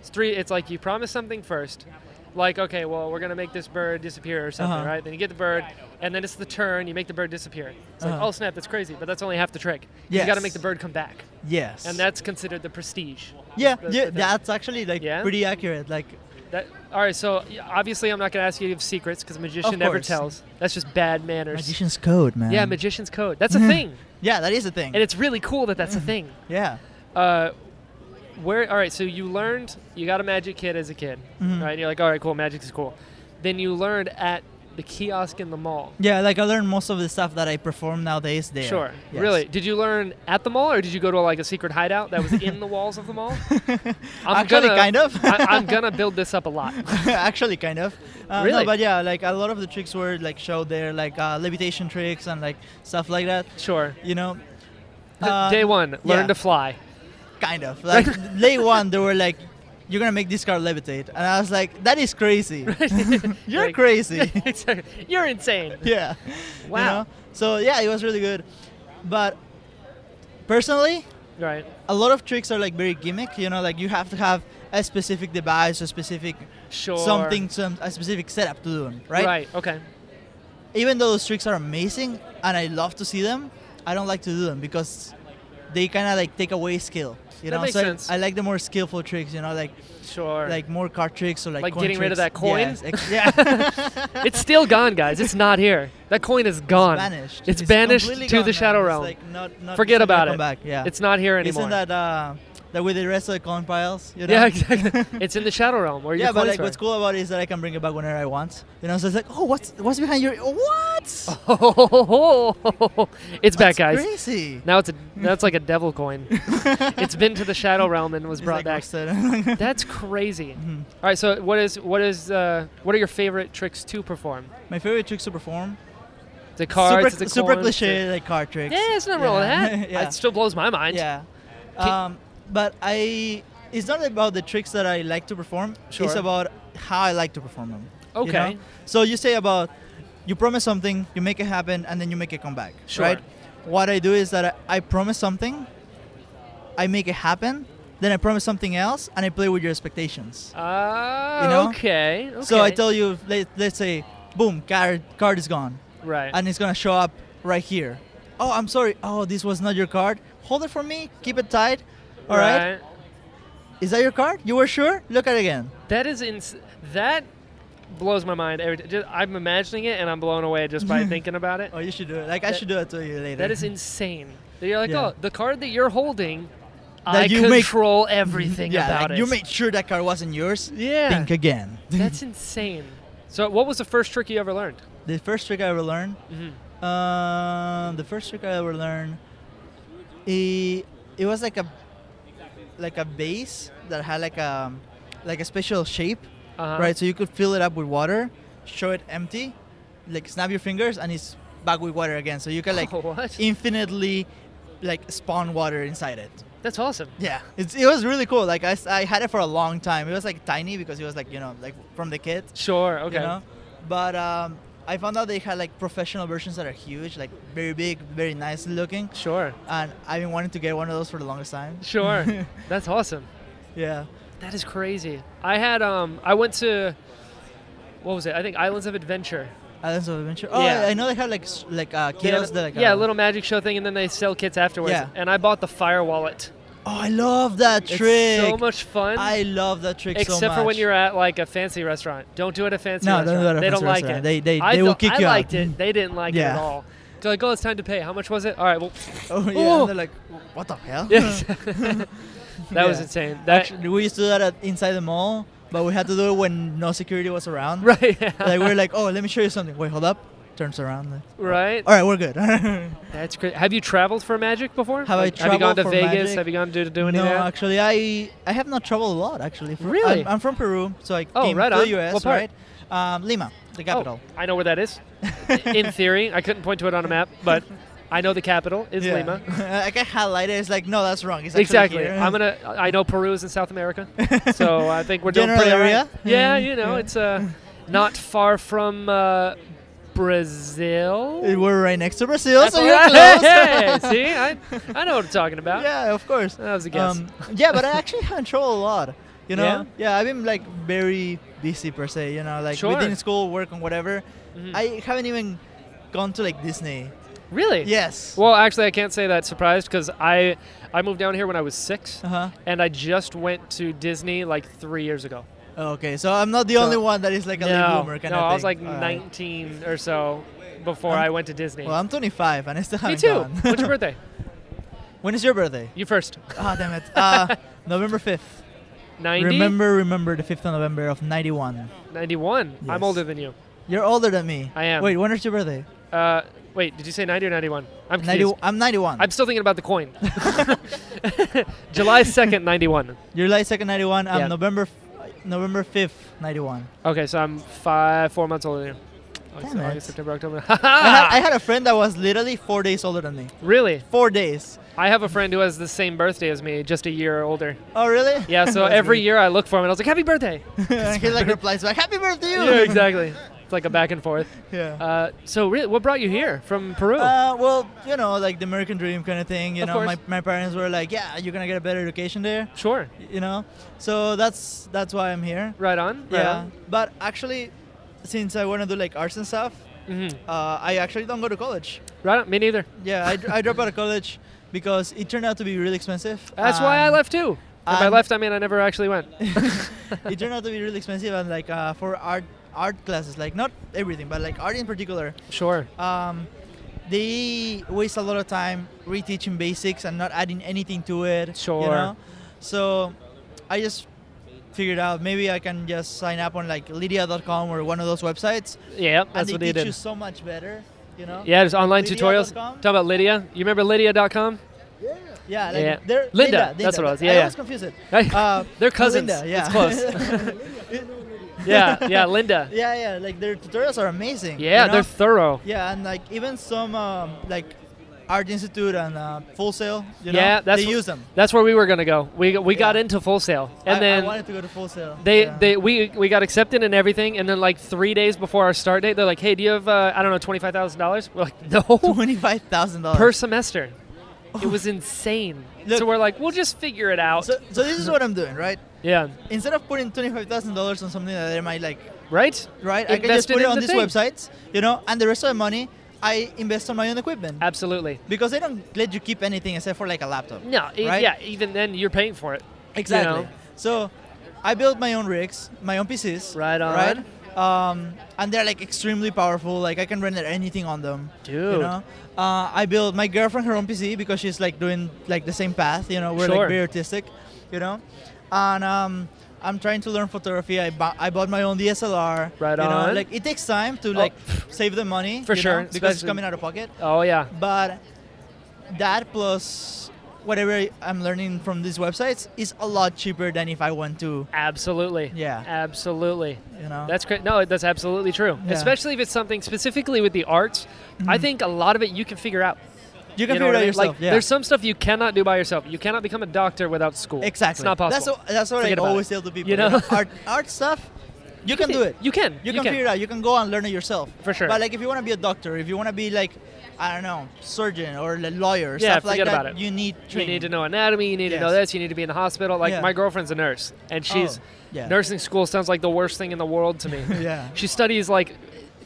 S1: It's three. It's like you promise something first, like okay, well we're gonna make this bird disappear or something,
S2: Uh-huh.
S1: right? Then you get the bird, and then it's the turn. You make the bird disappear. It's like
S2: Uh-huh.
S1: oh snap, that's crazy, but that's only half the trick. You got to
S2: Yes.
S1: make the bird come back,
S2: yes.
S1: and that's considered the prestige.
S2: yeah,
S1: that's
S2: yeah,
S1: the thing.
S2: that's actually like
S1: Yeah?
S2: pretty accurate. Like
S1: That, all right, so y- obviously I'm not going to ask you of secrets because magician
S2: Of
S1: never
S2: course.
S1: tells. That's just bad manners.
S2: magician's code, man. Mm-hmm.
S1: yeah, magician's code. That's a thing,
S2: Yeah, that is a thing.
S1: and it's really cool that
S2: Mm-hmm.
S1: that's a thing.
S2: yeah.
S1: Uh, where? All right, so you learned you got a magic kit as a kid,
S2: Mhm.
S1: right? You're like, all right, cool, magic is cool. Then you learned at the kiosk in the mall.
S2: Yeah, like I learned most of the stuff that I perform nowadays there.
S1: Sure.
S2: Yes. [LAUGHS]
S1: Really? Did you learn at the mall, or did you go to like a secret hideout that was in the walls of the mall? I'm
S2: Actually,
S1: gonna-
S2: kind of.
S1: I, I'm
S2: [LAUGHS]
S1: gonna build this up a lot.
S2: actually kind of uh,
S1: Really?
S2: no, but yeah like a lot of the tricks were like showed there like uh, levitation tricks and like stuff like that
S1: Sure.
S2: you know Uh,
S1: Day one, learn
S2: yeah.
S1: to
S2: [LAUGHS]
S1: fly. [LAUGHS]
S2: kind of like day one they were like you're gonna make this car levitate and i was like that is
S1: [LAUGHS]
S2: crazy [LAUGHS] you're
S1: Like- [LAUGHS]
S2: crazy
S1: Exactly. You're insane.
S2: yeah
S1: Wow.
S2: you know? so yeah it was really good but personally
S1: Right.
S2: a lot of tricks are like very gimmick you know like you have to have a specific device a specific
S1: Sure.
S2: something some a specific setup to do them
S1: Right.
S2: right
S1: Okay.
S2: even though those tricks are amazing and I love to see them, I don't like to do them because they kind of like take away skill. You
S1: That
S2: know,
S1: makes
S2: so I-
S1: sense.
S2: I, like the more skillful tricks. You know, like
S1: Sure.
S2: like more card tricks or like
S1: Like
S2: coin
S1: getting rid of
S2: tricks.
S1: that coin?
S2: Yes, ex- yeah,
S1: [LAUGHS]
S2: [LAUGHS]
S1: it's still gone, guys. It's not here. That coin is gone.
S2: banished.
S1: It's banished
S2: completely
S1: to
S2: gone,
S1: the
S2: man.
S1: shadow
S2: It's,
S1: realm.
S2: like, not- not-
S1: Forget
S2: it's not
S1: about
S2: gonna
S1: it.
S2: come Back. Yeah,
S1: It's not here anymore.
S2: Isn't that uh, that with the rest of the coin piles? You
S1: [LAUGHS]
S2: know?
S1: yeah,
S2: [LAUGHS]
S1: exactly. it's in the shadow realm where
S2: Yeah,
S1: your
S2: but
S1: coins
S2: like
S1: were.
S2: what's cool about it is that I can bring it back whenever I want. You know, so it's like, oh, what's what's behind your what?
S1: [LAUGHS] it's back,
S2: That's
S1: guys.
S2: Crazy.
S1: Now it's a that's like a devil
S2: [LAUGHS]
S1: coin. it's been to the shadow realm and was
S2: It's
S1: brought
S2: like
S1: back.
S2: roasted. [LAUGHS]
S1: That's crazy.
S2: Mhm.
S1: All right. So what is what is uh, what are your favorite tricks to perform?
S2: My favorite tricks to perform.
S1: The cards.
S2: super,
S1: the
S2: super
S1: coins, the-
S2: cliche like card tricks.
S1: Yeah, it's not wrong with
S2: Yeah.
S1: that.
S2: [LAUGHS] yeah.
S1: It still blows my mind.
S2: yeah.
S1: Ki-
S2: Um, but I, it's not about the tricks that I like to perform.
S1: Sure.
S2: It's about how I like to perform them. you
S1: Okay.
S2: know? So you say about, you promise something, you make it happen, and then you make it come back.
S1: Sure.
S2: Right. What I do is that I, I promise something, I make it happen, then I promise something else, and I play with your expectations.
S1: Ah,
S2: You know?
S1: okay, okay.
S2: So I tell you, let, let's say, boom, card card is gone.
S1: right.
S2: and it's gonna show up right here. Oh, I'm sorry. Oh, this was not your card. Hold it for me. Keep it tight. All right. Is that your card? You were sure? Look at it again.
S1: That is ins- that blows my mind every. T- just, I'm imagining it and I'm blown away just
S2: [LAUGHS]
S1: by thinking about it.
S2: Oh, you should do it. Like I
S1: That-
S2: should do it to you later.
S1: That is insane. That You're like,
S2: Yeah.
S1: oh, the card that you're holding, I
S2: That you make- [LAUGHS]
S1: control everything
S2: yeah,
S1: about
S2: like,
S1: it.
S2: You made sure that card wasn't yours.
S1: yeah,
S2: Think again. [LAUGHS]
S1: that's insane. So, what was the first trick you ever learned?
S2: the first trick I ever learned.
S1: Mhm.
S2: Uh, the first trick I ever learned. It, it was like a like a base that had like a like a special shape
S1: Uh-huh. [LAUGHS]
S2: right? So you could fill it up with water, show it empty, like snap your fingers, and it's back with water again. So you can like
S1: [LAUGHS]
S2: e-
S1: what?
S2: infinitely like spawn water inside it.
S1: That's awesome.
S2: [LAUGHS] Yeah, it's, it was really cool. Like I, s- I had it for a long time. It was like tiny because it was like you know like from the kids,
S1: Sure. Okay.
S2: you know. But um, I found out they had like professional versions that are huge, like very big, very nice looking.
S1: Sure.
S2: And I've been wanting to get one of those for the longest time. [LAUGHS]
S1: Sure. that's awesome.
S2: Yeah.
S1: That is crazy. I had um I went to what was it? I think Islands of Adventure.
S2: Islands of Adventure. Oh,
S1: Yeah.
S2: I, I know they had like s- like uh,
S1: They had
S2: kiddos
S1: a-
S2: that like
S1: yeah,
S2: uh,
S1: a little magic show thing and then they sell kits afterwards.
S2: Yeah.
S1: And I bought the fire wallet.
S2: Oh, I love that trick.
S1: It's so much fun.
S2: I love that trick so
S1: Except
S2: much.
S1: for when you're at like a fancy restaurant. Don't do it at a fancy
S2: No, don't do
S1: restaurant.
S2: it at a
S1: they
S2: fancy
S1: don't like
S2: restaurant.
S1: it.
S2: They- they-
S1: I
S2: they will
S1: thought-
S2: kick you
S1: I
S2: out.
S1: liked it. They didn't like it at
S2: Yeah.
S1: all. They're like, oh, it's time to pay. How much was it? All
S2: [LAUGHS]
S1: right, well,
S2: [LAUGHS]
S1: [LAUGHS]
S2: Oh yeah,
S1: Oh.
S2: and they're like, what the hell?
S1: yes. that was
S2: Yeah.
S1: insane. That
S2: Actually, we used to do that at, inside the mall, but we had to do it when no security was around.
S1: [LAUGHS] right,
S2: [LAUGHS] Like we were like, oh, let me show you something. Wait, hold up. Turns around. like,
S1: right.
S2: All right, we're good. [LAUGHS] Have
S1: That's crazy. Have you traveled for magic before?
S2: Have I
S1: Like, Have you gone
S2: traveled
S1: to
S2: for
S1: Vegas?
S2: magic?
S1: Have you gone to do any
S2: no,
S1: of that?
S2: actually, I I have not traveled a lot actually. Fr-
S1: Really?
S2: I'm, I'm from Peru, so I
S1: Oh,
S2: came
S1: right
S2: to
S1: on.
S2: the U.S.
S1: What part?
S2: right? Um, Lima, the capital. [LAUGHS]
S1: Oh, I know where that is. In theory, I couldn't point to it on a map, but I know the capital is
S2: Yeah.
S1: Lima.
S2: like [LAUGHS] I highlighted, it's like no, that's wrong. It's actually
S1: Exactly.
S2: here. [LAUGHS]
S1: I'm gonna. I know Peru is in South America, so I think we're doing
S2: General
S1: pretty all
S2: area?
S1: right. Yeah,
S2: Yeah.
S1: you know,
S2: Yeah.
S1: it's uh, not far from uh, Brazil.
S2: We're right next to Brazil,
S1: That's
S2: so
S1: what-
S2: you're close.
S1: [LAUGHS] Hey, see, I, I know what I'm talking about.
S2: yeah, of course. Um,
S1: That was a guess.
S2: yeah, but I actually [LAUGHS] control a lot. You know,
S1: Yeah?
S2: yeah? I've been like very busy per se. You know, like
S1: Sure.
S2: within school, work, and whatever.
S1: Mhm.
S2: I haven't even gone to like Disney.
S1: really?
S2: Yes.
S1: Well, actually, I can't say that surprised because I I moved down here when I was six,
S2: Uh huh.
S1: and I just went to Disney like three years ago.
S2: Oh, Okay, so I'm not the
S1: So-
S2: only one that is like a late
S1: no,
S2: bloomer kind
S1: no,
S2: of thing.
S1: I was like
S2: Alright.
S1: 19 or so before
S2: I'm-
S1: i went to Disney.
S2: Well, I'm 25 and I still
S1: Me
S2: haven't
S1: too.
S2: gone. [LAUGHS]
S1: What's your birthday?
S2: when is your
S1: [LAUGHS]
S2: birthday?
S1: You
S2: [LAUGHS]
S1: first.
S2: Ah, damn it. Uh, November 5th.
S1: 90?
S2: Remember, remember the 5th of November of 91.
S1: 91. I'm
S2: Yes.
S1: older than you.
S2: You're older than me.
S1: I am.
S2: Wait, when is your birthday?
S1: Uh, wait, did you say 90 or 91? I'm confused.
S2: 90, I'm 91.
S1: I'm still thinking about the coin. [LAUGHS] July 2nd, 91.
S2: You're July 2nd, 91. I'm
S1: Yeah.
S2: um, November f- November 5th, 91.
S1: Okay, so I'm five, four months older than you. August,
S2: Damn it.
S1: August, September, October.
S2: I, had, I had a friend that was literally four days older than me.
S1: [LAUGHS] really?
S2: Four days.
S1: I have a friend who has the same birthday as me, just a year older.
S2: Oh, really?
S1: Yeah, so
S2: [LAUGHS] That's
S1: every
S2: me.
S1: year I look for him and I was like, Happy birthday!
S2: and he like replies back, Happy birthday to you!
S1: yeah, exactly. It's like a back and forth.
S2: [LAUGHS] yeah.
S1: Uh, so, really, what brought you here from Peru?
S2: Uh, well, you know, like the American dream kind of thing. You
S1: Of
S2: know,
S1: course.
S2: my, my parents were like, "Yeah, you're gonna get a better education there."
S1: sure.
S2: You know, so that's that's why I'm here.
S1: Right on. Right
S2: Yeah, but actually, since I want to do like arts and stuff,
S1: on. hmm
S2: uh, I actually don't go to college.
S1: Right on. Me neither.
S2: Yeah, I, dr- I dropped out of college because it turned out to be really expensive.
S1: That's why I
S2: Um,
S1: left too. And by
S2: um,
S1: left, I mean I never actually
S2: [LAUGHS]
S1: went.
S2: it turned out to be really expensive, and like uh, for art art classes, like not everything, but like art in particular,
S1: Sure.
S2: um, they waste a lot of time reteaching basics and not adding anything to it.
S1: Sure.
S2: You know? So I just figured out maybe I can just sign up on like Lydia.com or one of those websites,
S1: Yeah,
S2: and
S1: that's
S2: they
S1: what
S2: teach
S1: they
S2: you
S1: did.
S2: so much better. You know?
S1: Yeah, there's online tutorials.
S2: Lydia.com?
S1: Talk about Lydia. You remember Lydia.com?
S2: Yeah, like
S1: Yeah.
S2: they're
S1: Linda,
S2: Linda,
S1: that's
S2: Linda.
S1: what it was,
S2: I
S1: yeah,
S2: always
S1: yeah.
S2: confuse it.
S1: Uh,
S2: Uh,
S1: [LAUGHS] They're cousins.
S2: Linda, yeah.
S1: It's
S2: [LAUGHS]
S1: close. [LAUGHS] yeah, yeah, Linda.
S2: yeah, yeah. Like their tutorials are amazing.
S1: Yeah,
S2: you know?
S1: they're thorough.
S2: Yeah, and like even some um, like art institute and uh, full sale. You
S1: Yeah,
S2: know,
S1: that's
S2: they
S1: wh-
S2: use them.
S1: That's where we were gonna go. We we got
S2: Yeah.
S1: into Full Sail, and
S2: I,
S1: then
S2: I wanted to go to full sale.
S1: they
S2: yeah. [LAUGHS]
S1: they we we got accepted and everything, and then like three days before our start date, they're like, "Hey, do you have uh, I don't know twenty five thousand dollars?" We're like,
S2: [LAUGHS]
S1: "No,
S2: twenty five thousand dollars
S1: per semester." It
S2: [SIGHS]
S1: was insane. so
S2: Look-
S1: we're like, "We'll just figure it out."
S2: So, so this is what I'm doing, right?
S1: yeah,
S2: Instead of putting twenty five thousand dollars on something that I might like,
S1: right.
S2: right? I can
S1: Invest
S2: just
S1: it
S2: put it
S1: in
S2: on
S1: the
S2: these
S1: thing.
S2: websites, you know, and the rest of my money I invest on my own equipment
S1: Absolutely.
S2: because they don't let you keep anything except for like a laptop.
S1: No, e-
S2: Right?
S1: yeah, even then you're paying for it.
S2: Exactly.
S1: know?
S2: So I built my own rigs, my own PCs.
S1: Right on.
S2: Right. Um, and they're like extremely powerful. Like I can render anything on them. You
S1: Dude.
S2: know. Uh, I built my girlfriend her own PC because she's like doing like the same path. You know, we're
S1: Sure.
S2: like very artistic. You know, and um, I'm trying to learn photography. I, bu- I bought my own DSLR.
S1: Right
S2: you
S1: on.
S2: Know? Like it takes time to
S1: Oh.
S2: like save the money
S1: For
S2: you
S1: sure,
S2: know, because it's
S1: especially-
S2: coming out of pocket
S1: Oh yeah.
S2: but that plus whatever I'm learning from these websites is a lot cheaper than if I went to
S1: Absolutely.
S2: Yeah.
S1: Absolutely.
S2: you know
S1: That's great. No, that's absolutely true.
S2: Yeah. Mm-hmm.
S1: Especially if it's something specifically with the arts. I think a lot of it you can figure out.
S2: you can
S1: know
S2: figure
S1: what
S2: it
S1: I
S2: out
S1: mean?
S2: yourself.
S1: Like,
S2: yeah.
S1: There's some stuff you cannot do by yourself. You cannot become a doctor without school.
S2: exactly
S1: It's not possible.
S2: That's what, that's what
S1: Forget
S2: I
S1: about
S2: always
S1: it.
S2: tell to people.
S1: You
S2: You
S1: know?
S2: know, art art stuff, you can do it.
S1: You can.
S2: You can figure it out. You can go and learn it yourself.
S1: For sure.
S2: But like, if you want to be a doctor, if you want to be like, I don't know, surgeon or a lawyer,
S1: Yeah,
S2: stuff like
S1: forget
S2: that,
S1: about it.
S2: you need
S1: You
S2: training.
S1: need to know anatomy. You need to know
S2: Yes.
S1: this. You need to be in the hospital. Like
S2: Yeah.
S1: my girlfriend's a nurse, and she's
S2: Oh, yeah.
S1: nursing school sounds like the worst thing in the world to me.
S2: [LAUGHS] Yeah.
S1: She studies like